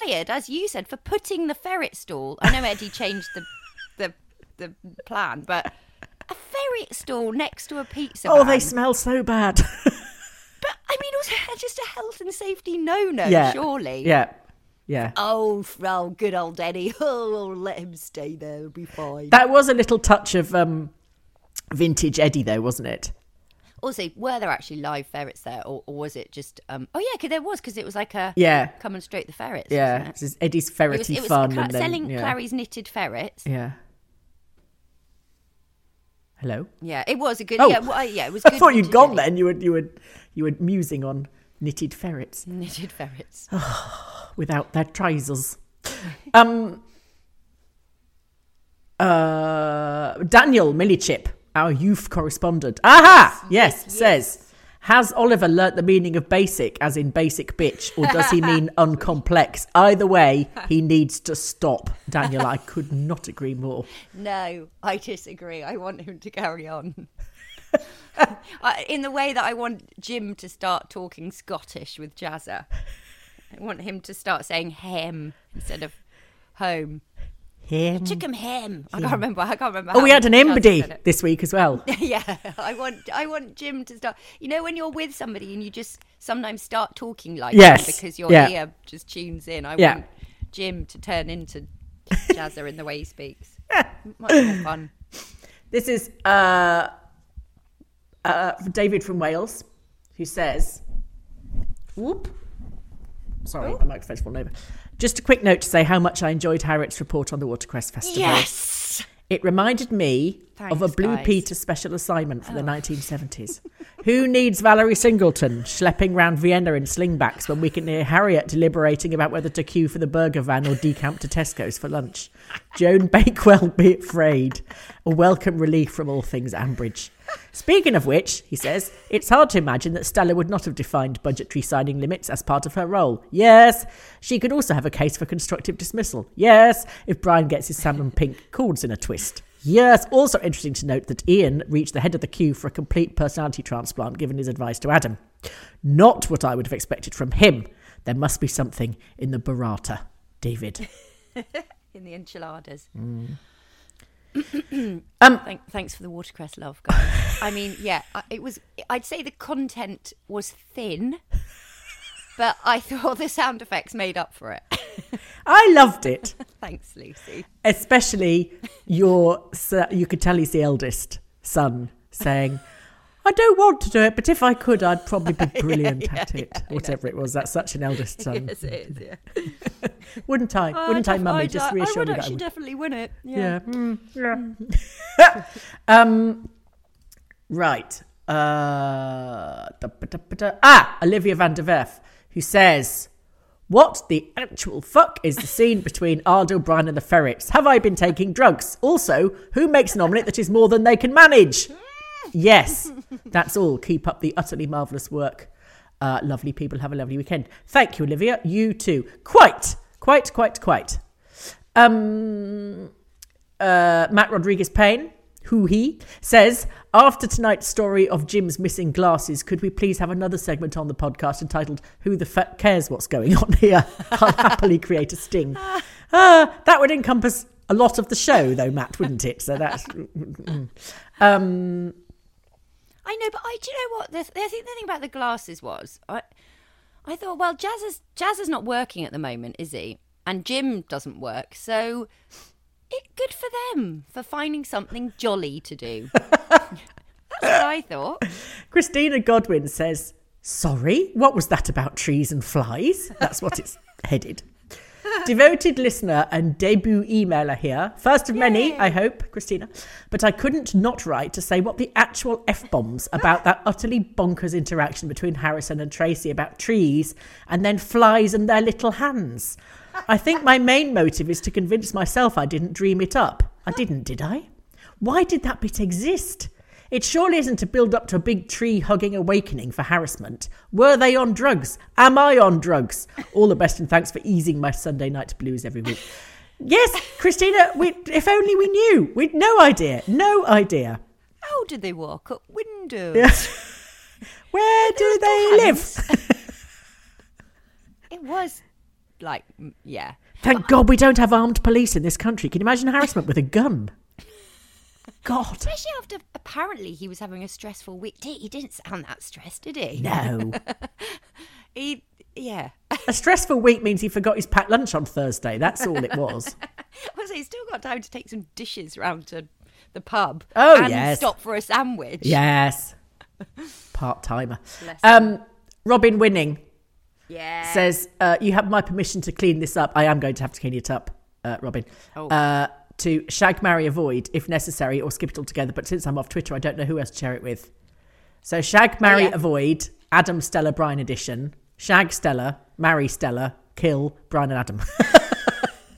fired, as you said, for putting the ferret stall. I know Eddie changed the the the plan, but a street stall next to a pizza. Oh, van. they smell so bad. But I mean, also just a health and safety no-no, yeah. surely. Yeah. Yeah. Oh, f- oh, good old Eddie. Oh, we'll let him stay there. It'll be fine. That was a little touch of um, vintage Eddie, though, wasn't it? also, were there actually live ferrets there, or, or was it just? um Oh yeah, 'cause there was, because it was like a Yeah. come and stroke the ferrets. Yeah. wasn't This is Eddie's it? it was, ferrety it was fun. Cla- and then, selling yeah. Clary's knitted ferrets. Yeah. Hello. Yeah, it was a good. Oh. Yeah, well, yeah, it was. I good thought you'd vintage gone Eddie. then. You were you were you were musing on knitted ferrets Knitted ferrets. Oh. without their trousers. Um. Uh, Daniel Millichip, our youth correspondent. Aha! Yes, says. Has Oliver learnt the meaning of basic, as in basic bitch, or does he mean uncomplex? Either way, he needs to stop. Daniel, I could not agree more. No, I disagree. I want him to carry on. I- In the way that I want Jim to start talking Scottish with Jazza. I want him to start saying hem instead of home. Him. Chicken hem. I can't remember. I can't remember. Hmm. Oh, we how had an Jazza embody said it. this week as well. Yeah, I want I want Jim to start. You know when you're with somebody and you just sometimes start talking like Yes, that because your yeah. ear just tunes in. I Yeah. want Jim to turn into Jazza in the way he speaks. Much more fun. This is uh, uh, David from Wales, who says, "Whoop." Sorry, my microphone's fallen over. Just a quick note to say how much I enjoyed Harriet's report on the Watercress Festival. Yes. It reminded me of a Thanks, Blue guys. Oh. Peter special assignment for the 1970s. Who needs Valerie Singleton schlepping round Vienna in slingbacks when we can hear Harriet deliberating about whether to queue for the burger van or decamp to Tesco's for lunch? Joan Bakewell, be afraid. A welcome relief from all things Ambridge. Speaking of which, he says, it's hard to imagine that Stella would not have defined budgetary signing limits as part of her role. Yes. She could also have a case for constructive dismissal. Yes. If Brian gets his salmon pink cords in a twist. Yes. Also interesting to note that Ian reached the head of the queue for a complete personality transplant given his advice to Adam. Not what I would have expected from him. There must be something in the barata, David. in the enchiladas. Mm. Um, Thank, thanks for the watercress love, guys. I mean, yeah, I- it was. I'd say the content was thin, but I thought the sound effects made up for it. I loved it. thanks, Lucy. especially your so- you could tell he's the eldest son saying I don't want to do it, but if I could, I'd probably be brilliant at it. Whatever it was, that's such an eldest son. Yes, Oh, it is. Yeah. Wouldn't I? Wouldn't I, mummy? Just uh, I reassure would me that I actually would. definitely win it. Yeah. yeah. Mm, yeah. um, right. Uh, da- ba- da- ba- da- ah, Olivia van der Werf, who says, What the actual fuck is the scene between Ardo O'Brien and the ferrets? Have I been taking drugs? Also, who makes an omelette that is more than they can manage? Yes, that's all. Keep up the utterly marvellous work. Uh, lovely people, have a lovely weekend. Thank you, Olivia. You too. Quite, quite, quite, quite. Um, uh, Matt Rodriguez Payne, who he says, after tonight's story of Jim's missing glasses, could we please have another segment on the podcast entitled Who the Fuck Cares What's Going On Here? I'll happily create a sting. Uh, that would encompass a lot of the show, though, Matt, wouldn't it? So that's. Um, I know, but I do you know what the, the, thing, the thing about the glasses was? I, I thought, well, Jazz is Jazz is not working at the moment, is he? And Jim doesn't work, so it good for them for finding something jolly to do. That's what I thought. Christina Godwin says, Sorry, what was that about trees and flies? That's what it's headed. Devoted listener and debut emailer here. First of many, I hope, Christina. But I couldn't not write to say what the actual F bombs about that utterly bonkers interaction between Harrison and Tracy about trees and then flies and their little hands. I think my main motive is to convince myself I didn't dream it up. I didn't, did I? Why did that bit exist? It surely isn't to build up to a big tree hugging awakening for harassment. Were they on drugs? Am I on drugs? All the best and thanks for easing my Sunday night blues every week. Yes, Christina, we, if only we knew. We'd no idea. No idea. How do they walk up windows? Where do they live? It was like, mm, yeah. Thank God we don't have armed police in this country. Can you imagine harassment with a gun? God. Especially after apparently he was having a stressful week. Did- He didn't sound that stressed, did he? No. He, yeah. A stressful week means he forgot his packed lunch on Thursday. That's all it was. Was he still got time to take some dishes round to the pub? Oh, and yes. stop for a sandwich. yes. Part timer. Um, Robin Winning yeah. says, uh, You have my permission to clean this up. I am going to have to clean it up, uh, Robin. Uh, to shag, marry, avoid if necessary, or skip it altogether. But since I'm off Twitter, I don't know who else to share it with. So shag, marry, yeah. avoid, Adam, Stella, Brian edition. Shag, Stella, marry, Stella, kill, Brian and Adam.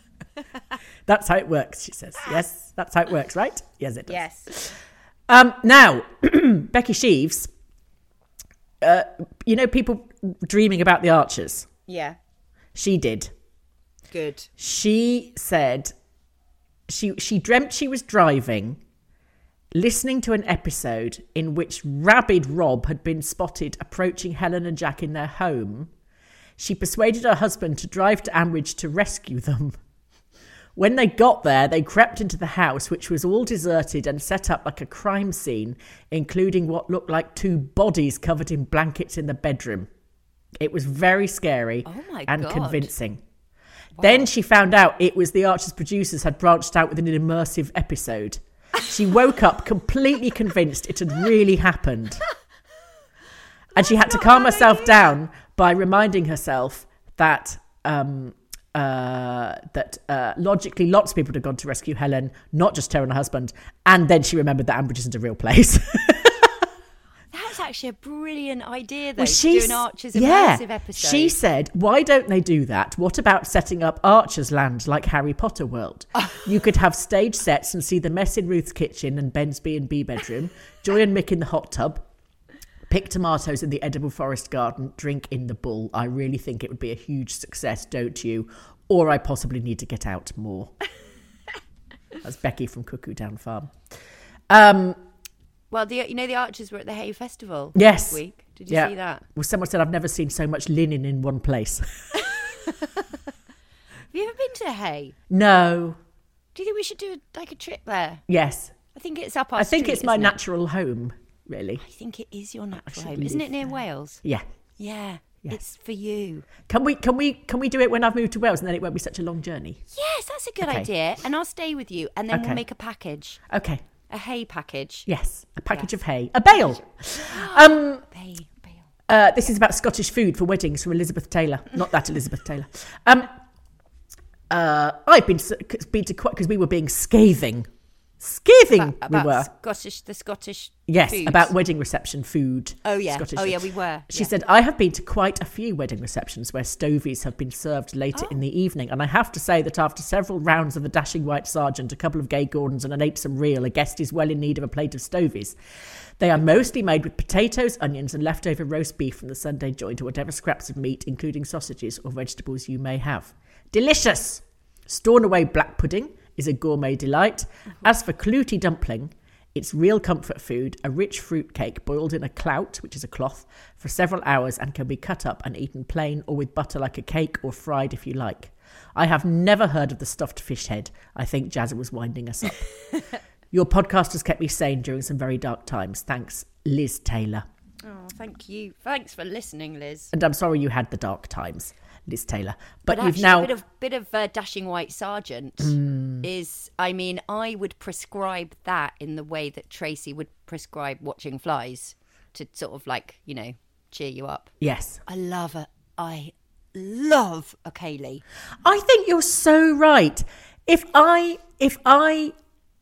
that's how it works, she says. Yes, that's how it works, right? Yes, it does. yes. Um, now, Becky Sheaves, uh, you know, people dreaming about the archers. Yeah. She did. Good. She said she she dreamt she was driving, listening to an episode in which rabid Rob had been spotted approaching Helen and Jack in their home. She persuaded her husband to drive to Ambridge to rescue them. When they got there, they crept into the house, which was all deserted and set up like a crime scene, including what looked like two bodies covered in blankets in the bedroom. It was very scary Oh my and God. convincing. Then she found out it was the Archer's producers had branched out with an immersive episode. She woke up completely convinced it had really happened. And she had to calm herself down by reminding herself that um, uh, that uh, logically lots of people had gone to rescue Helen, not just her and her husband. And then she remembered that Ambridge isn't a real place. That's actually a brilliant idea, though. Well, to do she's- an Archer's yeah, immersive episode. She said, "Why don't they do that? What about setting up Archer's Land like Harry Potter World? you could have stage sets and see the mess in Ruth's kitchen and Ben's B and B bedroom, Joy and Mick in the hot tub." Pick tomatoes in the edible forest garden, drink in the bull. I really think it would be a huge success, don't you? Or I possibly need to get out more. That's Becky from Cuckoo Down Farm. Um, Well, the, you know, the Archers were at the Hay Festival yes. this week. Did you Yeah. see that? Well, someone said, I've never seen so much linen in one place. Have you ever been to the Hay? No. Do you think we should do a, like a trip there? Yes. I think it's up our I think street, it's my isn't it? natural home, really. I think it is your natural should home. Isn't live it near there. Wales? Yeah. Yeah. Yes. It's for you. Can we can we can we do it when I've moved to Wales and then it won't be such a long journey? Yes, that's a good Okay. idea. And I'll stay with you and then Okay. we'll make a package. Okay. A hay package. Yes. A package of hay. A bale. Um Hay bale. uh, this is about Scottish food for weddings from Elizabeth Taylor. Not that Elizabeth Taylor. Um uh, I've been s- been to quite because we were being scathing, scathing About we were. Scottish the Scottish Yes, foods. about wedding reception food. Oh, yeah. Scottish Oh, food. yeah, we were. She Yeah. said, I have been to quite a few wedding receptions where stovies have been served later in Oh. the evening, and I have to say that after several rounds of the dashing white sergeant, a couple of gay Gordons, and an apesome reel, a guest is well in need of a plate of stovies. They are mostly made with potatoes, onions, and leftover roast beef from the Sunday joint, or whatever scraps of meat, including sausages or vegetables you may have. Delicious! Stornoway black pudding is a gourmet delight. As for Clutie dumpling, it's real comfort food, a rich fruit cake boiled in a clout, which is a cloth, for several hours and can be cut up and eaten plain or with butter like a cake or fried if you like. I have never heard of the stuffed fish head. I think Jazza was winding us up. Your podcast has kept me sane during some very dark times. Thanks, Liz Taylor. Oh, thank you. Thanks for listening, Liz. And I'm sorry you had the dark times, Liz Taylor. But, But you've actually, now. Mm. a bit of bit of uh, dashing white sergeant is. I mean, I would prescribe that in the way that Tracy would prescribe watching flies to sort of like you know cheer you up. Yes. I love it. I love a Kaylee. I think you're so right. If I, if I,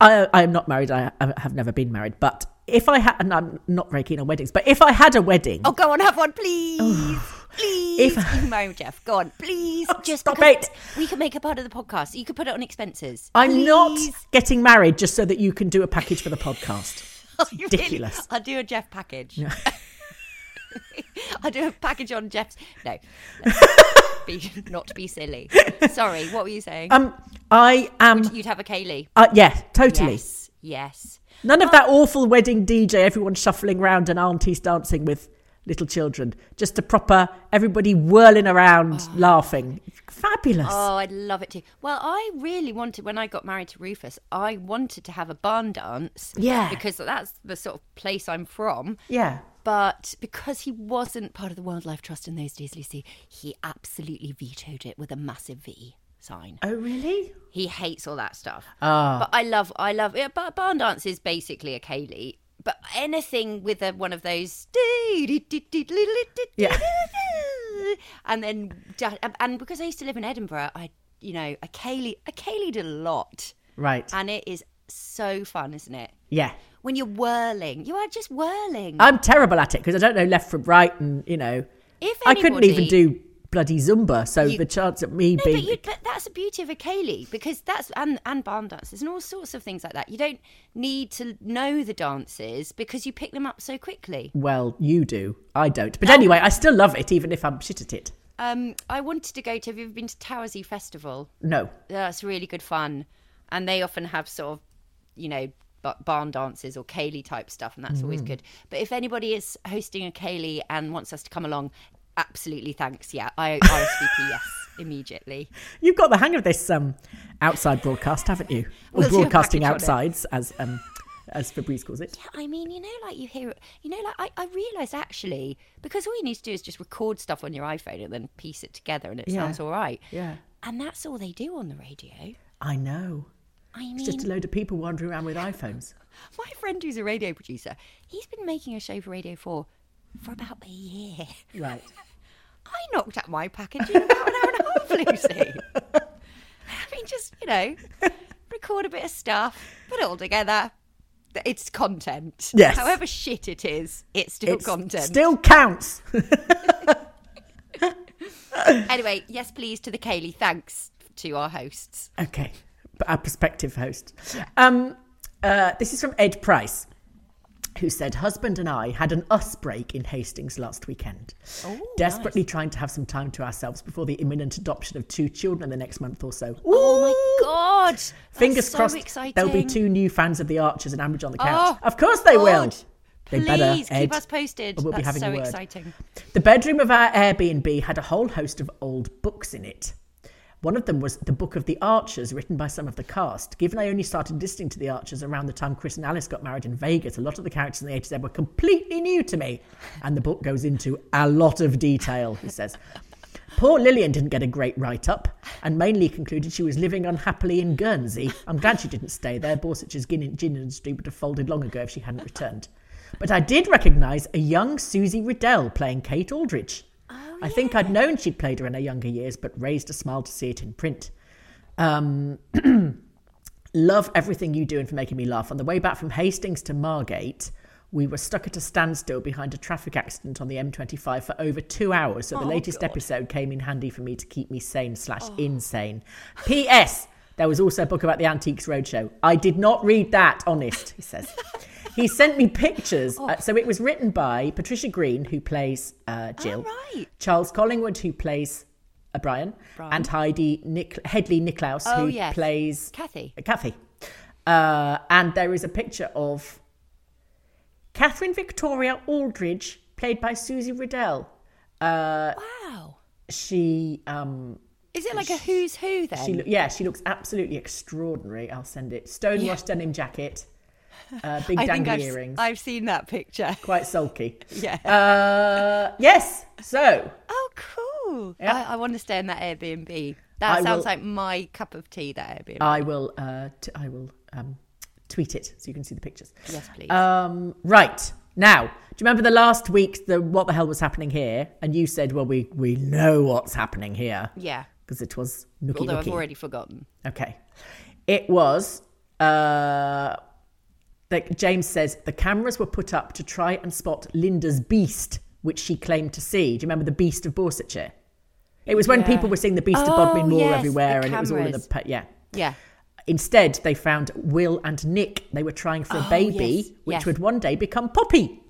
I, I am not married. I, I have never been married. But if I had, and I'm not very keen on weddings, but if I had a wedding, Oh, go on, have one, please. Please, If- you can marry Jeff. Go on, please. Oh, just stop because it. We can make a part of the podcast. You could put it on expenses. I'm not Please. getting married just so that you can do a package for the podcast. I Oh, really- ridiculous. I'll do a Jeff package. I'll do a package on Jeff's. No. Let's be, not be silly. Sorry, what were you saying? Um, I am. You'd have a Kaylee. Uh, yeah, totally. Yes. Yes. None of that awful wedding DJ, everyone shuffling round and aunties dancing with little children. Just a proper everybody whirling around laughing. Fabulous. Oh, I'd love it too. Well, I really wanted when I got married to Rufus, I wanted to have a barn dance. Yeah. Because that's the sort of place I'm from. Yeah. But because he wasn't part of the Wildlife Trust in those days, Lucy, he absolutely vetoed it with a massive V sign. Oh, really? Ah. He hates all that stuff. But I love, I love. Yeah, but barn dance is basically a Kaylee. But anything with a, one of those, Yeah. and then da- and because I used to live in Edinburgh, I you know a Kaylee a Kaylee did a lot, Right. and it is so fun, isn't it? yeah. When you're whirling, you are just whirling. I'm terrible at it because I don't know left from right, and you know, If I couldn't even anybody- do bloody zumba. So the chance of me No, being but, you, but that's the beauty of a Kaylee because that's and and barn dances and all sorts of things like that. You don't need to know the dances because you pick them up so quickly. well, you do, I don't. But anyway, I still love it, even if I'm shit at it. Um, I wanted to go to. Have you ever been to Towersy Festival? No, That's really good fun, and they often have sort of, you know, ba- barn dances or Kaylee type stuff, and that's always Mm. good. But if anybody is hosting a Kaylee and wants us to come along, absolutely thanks. Yeah, I RSVP yes immediately. you've got the hang of this um, outside broadcast, haven't you? Or We'll do a broadcasting package on it. outsides, as um, as Fabrice calls it. I mean, you know, like you hear, you know, like I, I realised actually, because all you need to do is just record stuff on your iPhone and then piece it together and it Yeah. sounds all right. Yeah. And that's all they do on the radio. I know. I mean, It's just a load of people wandering around with iPhones. my friend who's a radio producer, he's been making a show for Radio 4 for about a year. Right. I knocked out my package in about an hour and a half, Lucy. I mean, just, you know, record a bit of stuff, put it all together. It's content. Yes. However shit it is, it's still It's content. still counts. Anyway, yes, please to the Kaylee. Thanks to our hosts. Okay, but our prospective host. Um, uh, this is from Ed Price, who said, "Husband and I had an us break in Hastings last weekend, Oh, desperately trying to have some time to ourselves before the imminent adoption of two children in the next month or so." Oh my god! That's Fingers so crossed, Exciting. there'll be two new fans of the Archers and Ambridge on the couch. Oh, of course they will. God. They Please better, keep Ed, us posted. or We'll be That's having so a word. exciting. The bedroom of our Airbnb had a whole host of old books in it. One of them was The Book of the Archers, written by some of the cast. Given I only started listening to The Archers around the time Chris and Alice got married in Vegas, a lot of the characters in the A to Z were completely new to me. And the book goes into a lot of detail, he says. Poor Lillian didn't get a great write up and mainly concluded she was living unhappily in Guernsey. I'm glad she didn't stay there. Borsitch's gin, gin industry would have folded long ago if she hadn't returned. But I did recognise a young Susie Riddell playing Kate Aldrich. I think I'd known she'd played her in her younger years, but raised a smile to see it in print. Love everything you do and for making me laugh. On the way back from Hastings to Margate, we were stuck at a standstill behind a traffic accident on the M25 for over two hours. Oh, So the latest episode came in handy for me to keep me sane slash insane. P.S. There was also a book about the Antiques Roadshow. I did not read that, honest, he says. he sent me pictures. Oh. uh, so it was written by Patricia Green, who plays uh, Jill, Oh, right. Charles Collingwood, who plays uh, Brian, and Heidi Nic- Headley Nicklaus, Oh, who yes. plays Kathy. Kathy. Uh, and there is a picture of Catherine Victoria Aldridge, played by Susie Riddell. Wow. She, um, Is it like a who's who then? she, lo- yeah, she looks absolutely extraordinary. I'll send it. Stonewashed denim jacket, uh, big I think dangly I've, s- earrings, I've seen that picture. quite sulky. Yeah. Uh, yes. So oh, cool. Yeah. I, I want to stay in that Airbnb. I That sounds will- like my cup of tea. That Airbnb. I will. Uh, t- I will um, tweet it so you can see the pictures. yes, please. Um, right now, do you remember the last week? The what the hell was happening here? And you said, "Well, we we know what's happening here." yeah. because it was nookie Although I've nookie. already forgotten. Okay, it was. Uh, that James says the cameras were put up to try and spot Linda's beast, which she claimed to see. Do you remember the beast of Borsetshire? It was when people were seeing the beast of Oh, Bodmin Moor yes, the everywhere, and it was all in the cameras. pa- yeah. Yeah. Instead, they found Will and Nick. They were trying for a baby, Oh, yes, which yes. would one day become Poppy.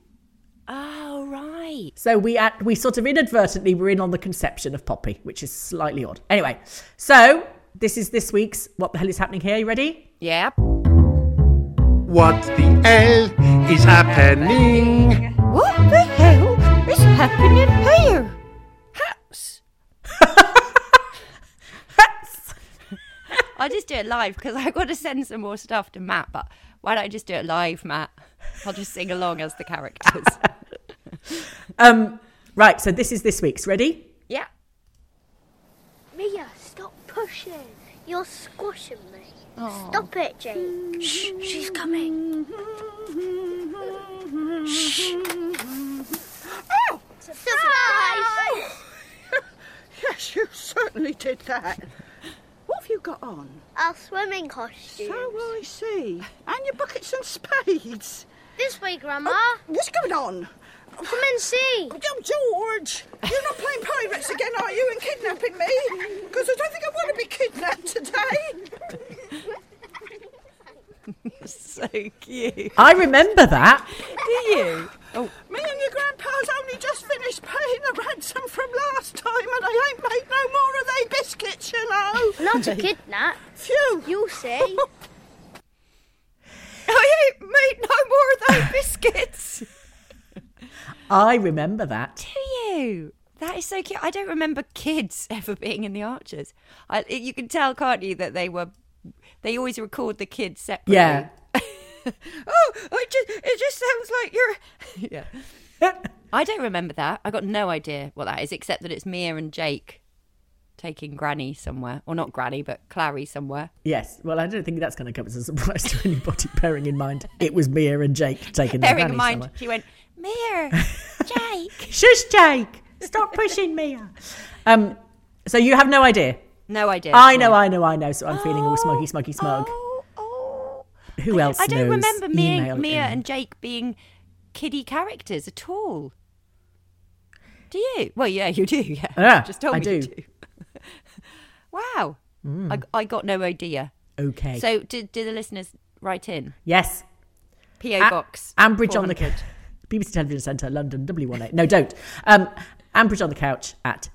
Oh right. So we at, we sort of inadvertently were in on the conception of Poppy, which is slightly odd. Anyway, so this is this week's What the Hell is Happening Here? You ready? Yeah. What the L is happening? What the hell is happening here? Hats. I'll just do it live because I've got to send some more stuff to Matt, but why don't I just do it live, Matt? I'll just sing along as the characters. Right, so this is this week's. Ready? yeah. Mia, stop pushing. You're squashing me. Stop it, Jake. Shh, she's coming. Shh. Surprise! Yes, you certainly did that. What have you got on? Our swimming costumes. So I see. And your buckets and spades. Oh, This way, Grandma. What's going on? Come and see. Oh, George, you're not playing pirates again, are you, and kidnapping me? Because I don't think I want to be kidnapped today. So cute. I remember that. Do you? Oh. Me and your grandpa's only just finished paying the ransom from last time, and I ain't made no more of they biscuits, you know. Not a kidnap. Phew. You'll see. I ain't made no more of those biscuits. I remember that. Do you? That is so cute. I don't remember kids ever being in the Archers. I, you can tell, can't you, that they were. They always record the kids separately. Yeah. oh, I just, it just sounds like you're. yeah. I don't remember that. I got no idea what that is, except that it's Mia and Jake taking Granny somewhere, or not Granny, but Clary somewhere. Yes. Well, I don't think that's going to come as a surprise to anybody, bearing in mind it was Mia and Jake taking their Bearing in nanny mind, somewhere. she went Mia, Jake. Shush, Jake. Stop pushing Mia. Um, so you have no idea. No idea. I know, I know, I know. So I'm feeling all smuggy, smuggy, smug. Oh, oh. Who else I don't knows? remember Mia, Email Mia in. and Jake being kiddie characters at all. Do you? Well, yeah, you do. Yeah, Yeah, You just told I me you do. Mm. wow, I, I got no idea. Okay. So, do, do the listeners write in yes. PO box Ambridge on the 400. couch. BBC Television Centre, London, W18. No, don't. Um, Ambridge on the couch at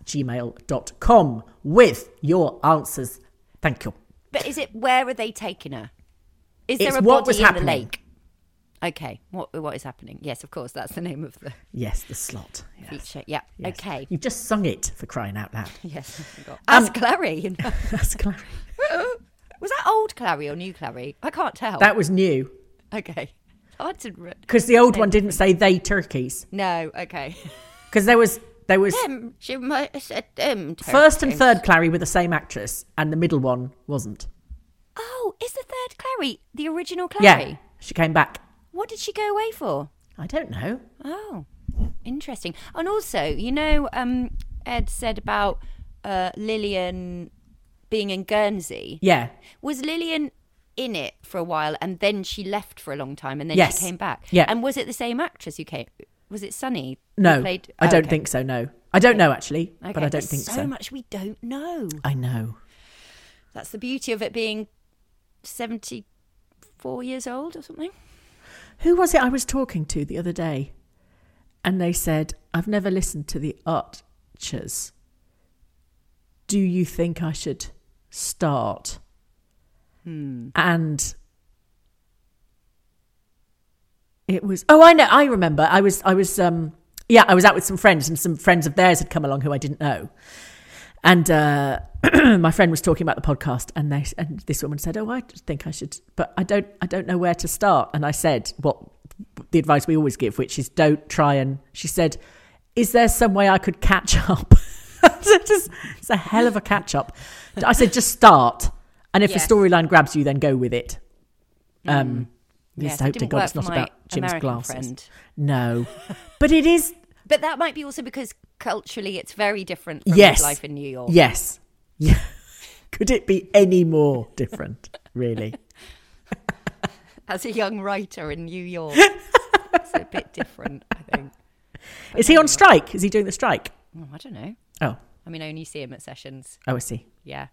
gmail.com with your answers. Thank you. But is it where are they taking her? Is It's there a what body was in happening. the lake? Okay, what what is happening? Yes, of course, that's the name of the Yes, the slot. Yes. feature. Yeah. Yes. Um, Okay. You've just sung it for crying out loud. Yes. I forgot. That's Clary. You know. That's Clary. Was that old Clary or new Clary? I can't tell. That was new okay. Hard to re- because the old one didn't say they turkeys No, okay. because there was there was Um, she might have said um, first and turkeys. third Clary were the same actress and the middle one wasn't. Oh, is the third Clary the original Clary? Yeah, she came back. What did she go away for? I don't know. Oh, interesting. And also, you know, um, Ed said about uh, Lillian being in Guernsey. Yeah, Was Lillian in it for a while and then she left for a long time and then Yes. she came back? Yeah. And was it the same actress who came? Was it Sunny? who no, played- I Oh, don't okay. think so. No, I don't know actually, but Okay, I don't there's think so. so much we don't know. I know. That's the beauty of it being 74 years old or something. Who was it I was talking to the other day? And they said, I've never listened to the Archers. Do you think I should start? Hmm. And it was oh I know I remember I was I was um yeah I was out with some friends and some friends of theirs had come along who I didn't know and uh, my friend was talking about the podcast, and they and this woman said, "Oh, I think I should, but I don't, I don't know where to start." And I said, "What the advice we always give, which is don't try and." She said, "Is there some way I could catch up?" I said, "Just- it's a hell of a catch up. I said, "Just start, and if Yes. the storyline grabs you, then go with it." Um, Yes, just it hope to didn't God work it's not for my about Jim's American glasses. friend. No, but it is. But that might be also because culturally it's very different from yes. his life in New York. Yes. Yeah. Could it be any more different, really? As a young writer in New York, it's a bit different, I think. Is he on strike? Is he doing the strike? Oh, I don't know. Oh, I mean, I only see him at sessions. oh, I see. Yeah.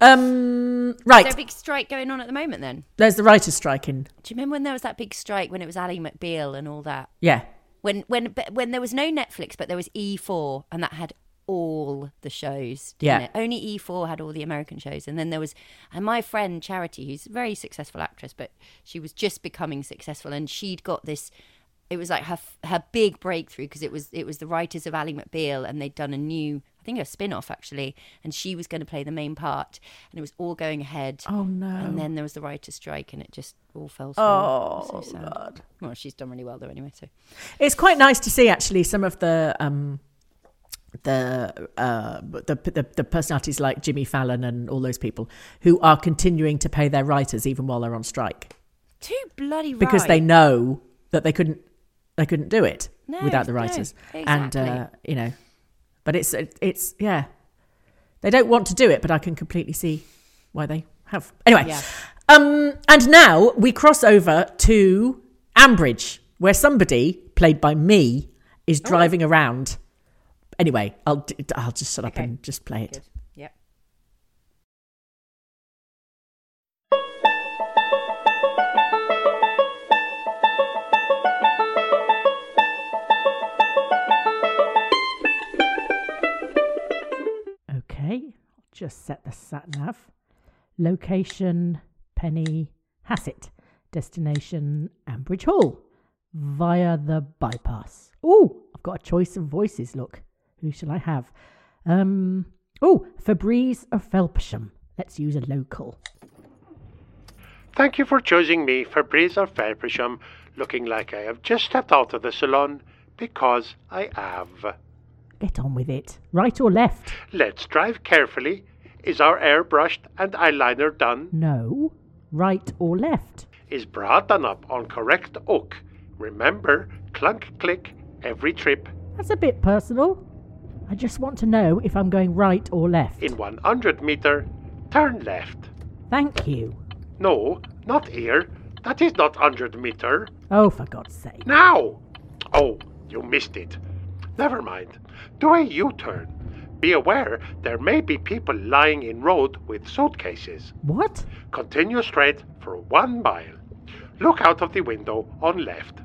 Um, Is there right. a big strike going on at the moment then? There's the writer's strike in. Do you remember when there was that big strike when it was Ali McBeal and all that? Yeah. when when but when there was no Netflix, but there was E4, and that had all the shows. Didn't Yeah. it? only E4 had all the American shows, and then there was and my friend Charity, who's a very successful actress, but she was just becoming successful, and she'd got this It was like her f- her big breakthrough because it was it was the writers of Ally McBeal and they'd done a new I think a spin off actually and she was going to play the main part and it was all going ahead. Oh, no. And then there was the writer's strike and it just all fell through. It Oh, was so sad. God. Well, she's done really well though anyway. So It's quite nice to see actually some of the um, the, uh, the the the personalities like Jimmy Fallon and all those people who are continuing to pay their writers even while they're on strike too bloody right. because they know that they couldn't they couldn't do it No, without the no, writers and uh, exactly. you know but it's uh, it's yeah they don't want to do it but I can completely see why they have anyway Yeah. um and now we cross over to Ambridge where somebody played by me is Oh. driving around anyway I'll d- I'll just shut up Okay. and just play it Good. Yep. Okay, I'll just set the sat nav. Location Penny Hassett. Destination Ambridge Hall via the bypass. Oh, I've got a choice of voices. Look, who shall I have? Um, oh, Febreze of Felpersham. Let's use a local. Thank you for choosing me, Fabrice of Faversham, looking like I have just stepped out of the salon because I have. Get on with it. Right or left? Let's drive carefully. Is our airbrushed and eyeliner done? No. Right or left? Is bra done up on correct oak? Remember, clunk click every trip. That's a bit personal. I just want to know if I'm going right or left. In 100 meter, turn left. Thank you. No, not here. That is not 100 meter. Oh, for God's sake. Now! Oh, you missed it. Never mind. Do a U turn. Be aware there may be people lying in road with suitcases. What? Continue straight for one mile. Look out of the window on left.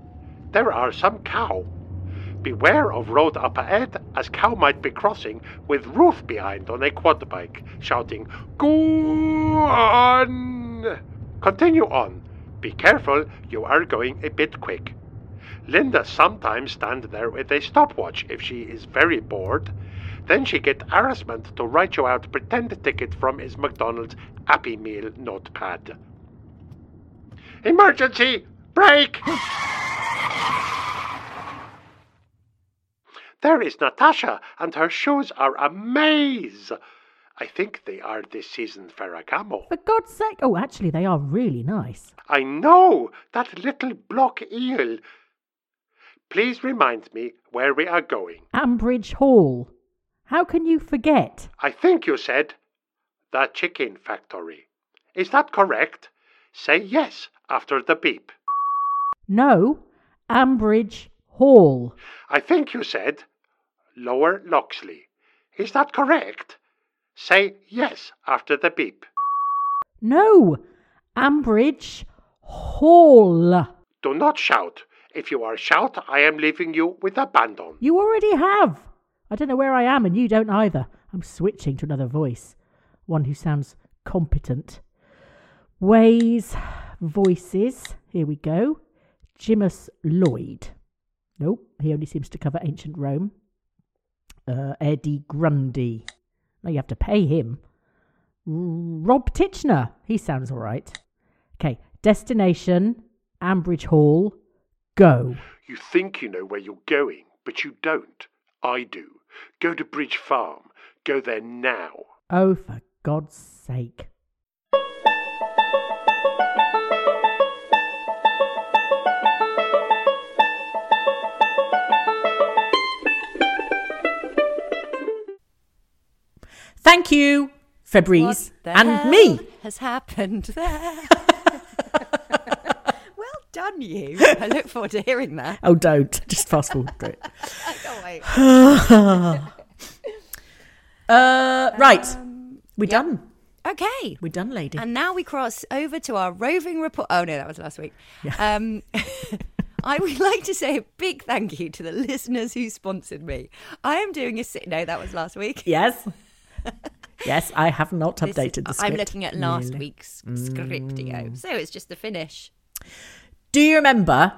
There are some cow. Beware of road up ahead as cow might be crossing with roof behind on a quad bike, shouting, Go on! Continue on. Be careful, you are going a bit quick. Linda sometimes stand there with a stopwatch if she is very bored. Then she get harassment to write you out pretend ticket from his McDonald's Happy Meal notepad. Emergency! Break! there is Natasha, and her shoes are a maze. I think they are this season Ferragamo. For God's sake! Oh, actually, they are really nice. I know that little block eel. Please remind me where we are going. Ambridge Hall. How can you forget? I think you said the chicken factory. Is that correct? Say yes after the beep. No, Ambridge Hall. I think you said Lower Loxley. Is that correct? Say yes after the beep. No, Ambridge Hall. Do not shout. If you are shout, I am leaving you with abandon. You already have. I don't know where I am, and you don't either. I'm switching to another voice, one who sounds competent. Ways, voices. Here we go. Jimus Lloyd. Nope, he only seems to cover ancient Rome. Uh, Eddie Grundy. Now you have to pay him. R- Rob Titchener. He sounds all right. Okay, destination Ambridge Hall. Go. You think you know where you're going, but you don't. I do. Go to Bridge Farm. Go there now. Oh, for God's sake. Thank you, Febreze, What the hell and me. has happened there. well done, you. I look forward to hearing that. Oh, don't. Just fast forward through it. I can't wait. Uh, right. We're done. Okay. We're done, lady. Um, And now we cross over to our roving report. Oh no, that was last week. Um, I would like to say a big thank you to the listeners who sponsored me. I am doing a sit. No, that was last week. yes. yes, I have not This- updated the script. Mm. I'm looking at last nearly. week's scriptio, so it's just the finish. Do you remember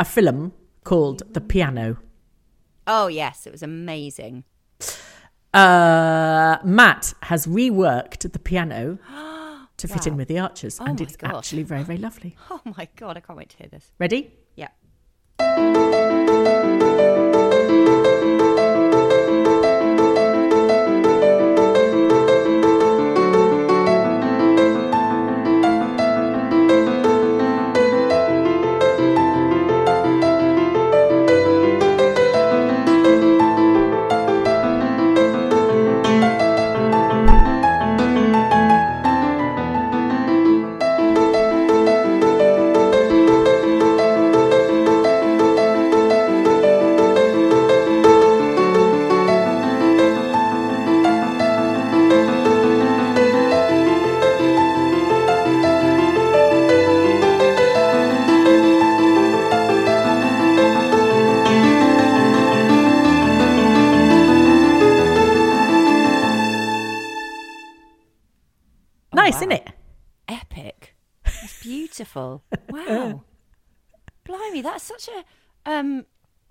a film called The Piano. Oh, yes, it was amazing. Uh, Matt has reworked the piano to fit in with the archers, Oh and my it's God. actually very, very lovely. Oh my God, I can't wait to hear this. Ready? Yeah. Oh, nice, isn't it? Epic. It's beautiful. wow. Blimey, that's such a um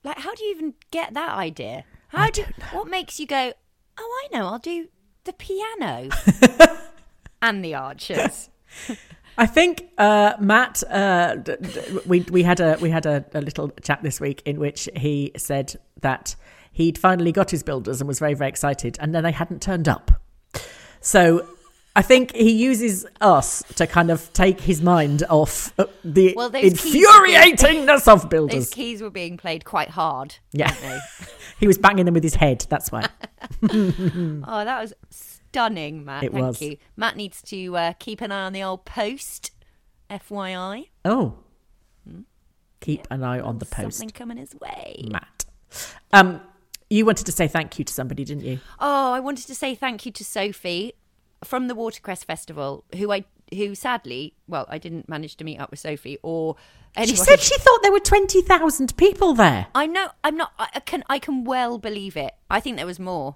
like how do you even get that idea? How do what makes you go, Oh I know, I'll do the piano and the archers. I think uh, Matt. Uh, d- d- we we had a we had a, a little chat this week in which he said that he'd finally got his builders and was very very excited, and then they hadn't turned up. So I think he uses us to kind of take his mind off uh, the Well those keys were being- infuriatingness of Those builders. keys were being played quite hard. Yeah, weren't he was banging them with his head. That's why. they? oh, that was stunning, Matt. It Thank was. you. Matt needs to uh, keep an eye on the old post, FYI. Oh, keep an eye on the post, Something coming his way. Matt. Um, you wanted to say thank you to somebody, didn't you? Oh, I wanted to say thank you to Sophie from the Watercress Festival, who I who sadly, well, I didn't manage to meet up with Sophie or anyone. She said she thought there were 20,000 people there. I know. I'm not. I I can. I can well believe it. I think there was more.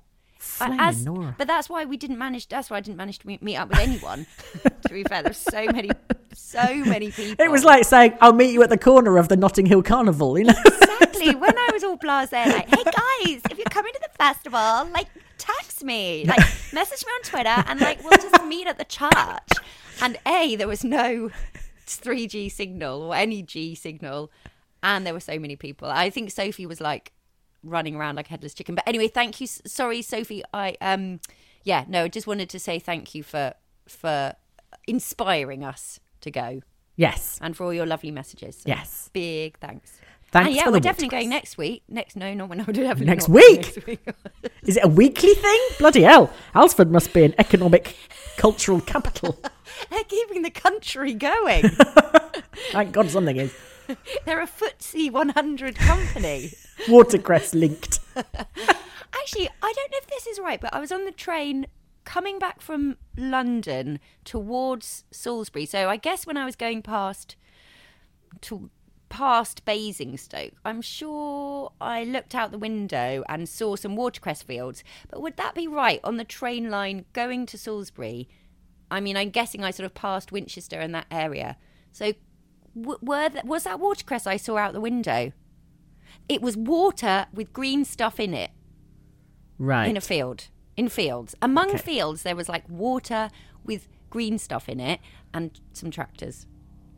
But, Flaming Nora. but that's why we didn't manage. That's why I didn't manage to meet, meet up with anyone. to be fair, there's so many, so many people. It was like saying, I'll meet you at the corner of the Notting Hill Carnival, you know? exactly when I was all blasé, like, hey guys, if you're coming to the festival, like, text me, like, message me on Twitter, and like, we'll just meet at the church. And a, there was no 3G signal or any G signal, and there were so many people. I think Sophie was like running around like a headless chicken. But anyway, thank you. S- Sorry, Sophie. I um, yeah, no, I just wanted to say thank you for for inspiring us to go yes. and for all your lovely messages. So Yes. Big thanks. Thanks And yeah, for the we're definitely watercress. going next week. Next, no, no, we're not definitely Next not week? Next week. Is it a weekly thing? Bloody hell. Alsford must be an economic, cultural capital. They're keeping the country going. Thank God something is. They're a FTSE 100 company. Watercress linked. Actually, I don't know if this is right, but I was on the train coming back from London towards Salisbury. So I guess when I was going past to past Basingstoke, I'm sure I looked out the window and saw some watercress fields. But would that be right on the train line going to Salisbury? I mean, I'm guessing I sort of passed Winchester in that area. So w- were th- was that watercress I saw out the window? It was water with green stuff in it Right. in a field in fields among Okay. fields there was like water with green stuff in it and some tractors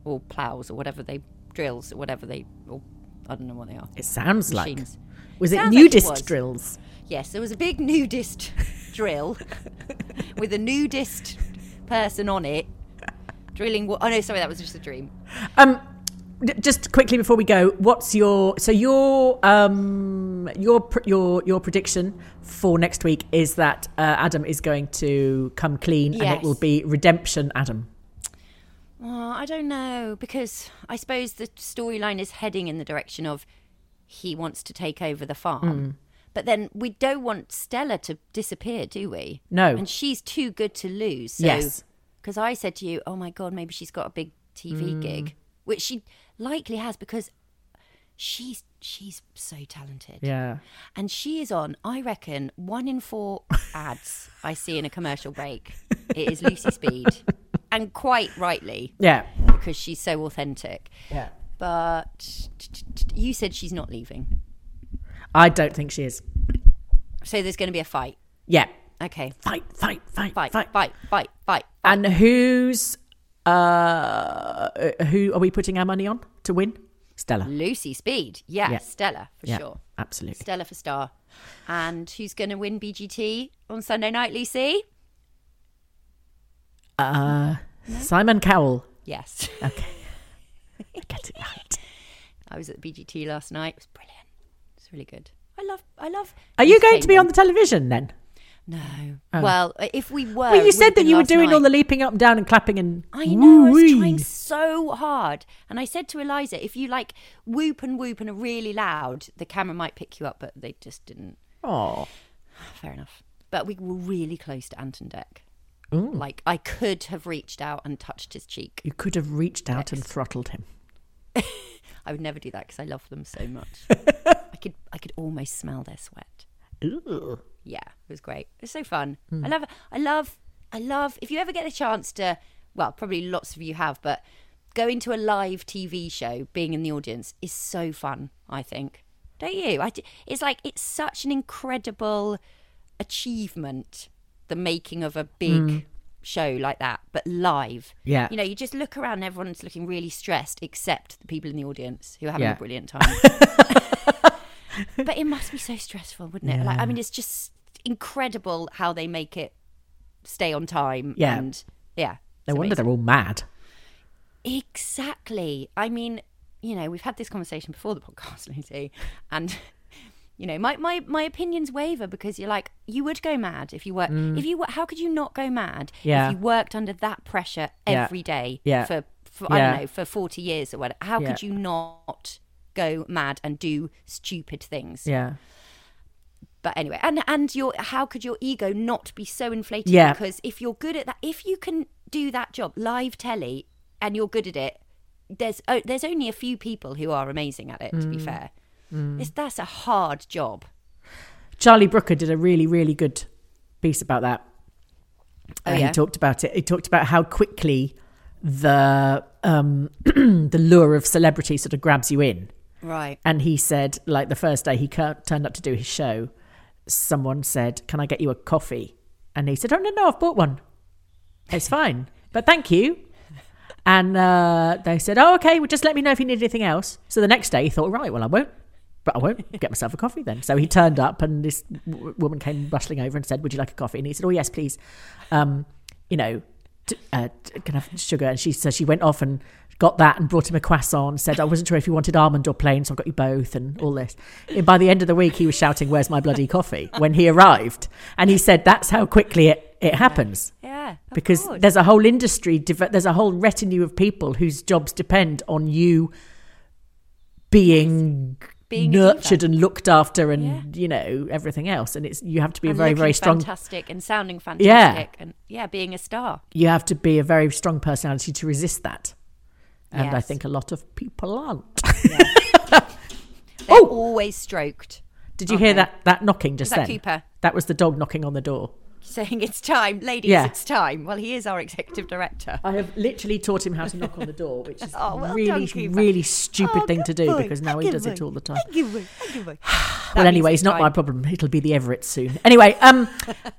or plows or whatever they drills or whatever they or i don't know what they are it sounds like. Machines. Was it Sounds like it nudist was. drills? yes there was a big nudist drill with a nudist person on it drilling wa- oh no sorry that was just a dream Um, d- just quickly before we go, what's your so your um your pr- your your prediction for next week is that uh, Adam is going to come clean and it Yes. will be redemption, Adam. Oh, I don't know because I suppose the storyline is heading in the direction of he wants to take over the Hmm. farm. But then we don't want Stella to disappear, do we? No. And she's too good to lose. So, Yes. Because I said to you, oh my God, maybe she's got a big TV Hmm. gig, which she likely has because she's she's so talented. Yeah. And she is on, I reckon, one in four ads I see in a commercial break. It is Lucy Speed. And quite rightly Yeah. because she's so authentic. Yeah. But you said she's not leaving. I don't think she is. So there's going to be a fight. Yeah. Okay. Fight, fight, fight, fight, fight, fight, fight. And who's uh who are we putting our money on to win? Stella. Lucy Speed. Yeah, Yeah. Stella for Yeah, Mm, sure. Absolutely. Stella for star. And who's going to win BGT on Sunday night, Lucy? Uh Simon Cowell. Yes. Okay. Get it right. I was at BGT last night. It was brilliant. It's really good. I love. I love. Are you going to be on the television then? No. Oh. Well, if we were. well, it you would have said that been you were last doing all night. the leaping up and down and clapping and I know. I was woo-wee. trying so hard, and I said to Eliza, "If you like whoop and whoop and are really loud, the camera might pick you up." But they just didn't. Oh. Fair enough. But we were really close to Anton Deck. Ooh. Like I could have reached out and touched his cheek. You could have reached out and throttled him. I would never do that because I love them so much. I could, I could almost smell their sweat. Ooh. Hmm. Yeah, it was great. It was so fun. I love, I love, I love. If you ever get a chance to, well, probably lots of you have, but going to a live TV show, being in the audience is so fun. I think, don't you? I, d- it's like it's such an incredible achievement, the making of a big Mm. show like that, but live. Yeah. you know, you just look around, and everyone's looking really stressed, except the people in the audience who are having Yeah. a brilliant time. but it must be so stressful, wouldn't it? Like, I Yeah. mean, it's just incredible how they make it stay on time. Yeah. And yeah. No it's wonder amazing. they're all mad. Exactly. I mean, you know, we've had this conversation before the podcast, Lucy, and. You know, my, my, my opinions waver because you're like, you would go mad if you worked. Mm. If you were, how could you not go mad Yeah. if you worked under that pressure Yeah. every day Yeah. for, for I Yeah. don't know, for 40 years or whatever? How Yeah. could you not go mad and do stupid things? Yeah. but anyway and and your how could your ego not be so inflated Yeah. because if you're good at that if you can do that job live telly and you're good at it there's oh, there's only a few people who are amazing at it to be Mm. fair Mm. it's, that's a hard job Charlie Brooker did a really, really good piece about that. Oh, Uh, yeah? He talked about it. He talked about how quickly the um, the lure of celebrity sort of grabs you in. right And he said, like the first day he cur- turned up to do his show, someone said, "Can I get you a coffee?" And he said, "Oh no, no, I've bought one. It's fine, but thank you." And uh, they said, "Oh, okay. Well, just let me know if you need anything else." So the next day he thought, "Right, well, I won't." But I won't get myself a coffee then. So he turned up, and this w- woman came rustling over and said, "Would you like a coffee?" And he said, "Oh yes, please." Um, you know, t- uh, t- can I have sugar? And she so she went off and got that and brought him a croissant. Said I wasn't sure if you wanted almond or plain, so I got you both, and all this. And by the end of the week, he was shouting, "Where's my bloody coffee?" when he arrived, and he said, "That's how quickly it it happens." yeah of because course. there's a whole industry, deve- there's a whole retinue of people whose jobs depend on you being, Being a diva. nurtured and looked after, and you know everything else. And it's you have to be And a very looking very strong. fantastic and sounding Yeah. fantastic and yeah being a star You have to be a very strong personality to resist that. And I Yes. think a lot of people aren't. they're Oh! always stroked Did you aren't hear they? that that knocking just Was that then? Cooper? That was the dog knocking on the door. saying it's time ladies Yeah. it's time well he is our executive director I have literally taught him how to knock on the door, which is Oh, well done, really, Cooper. really stupid Oh, thing to good do boy. because now he Good does it boy. all the time. Thank you, boy. Thank you, boy. That well, means anyway, it's it's not my time. problem. It'll be the Everett soon. Anyway, um,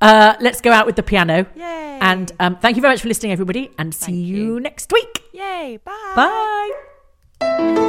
uh, let's go out with the piano. Yay. And um, thank you very much for listening, everybody, and see you. next week. Yay, bye. Bye.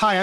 Hi,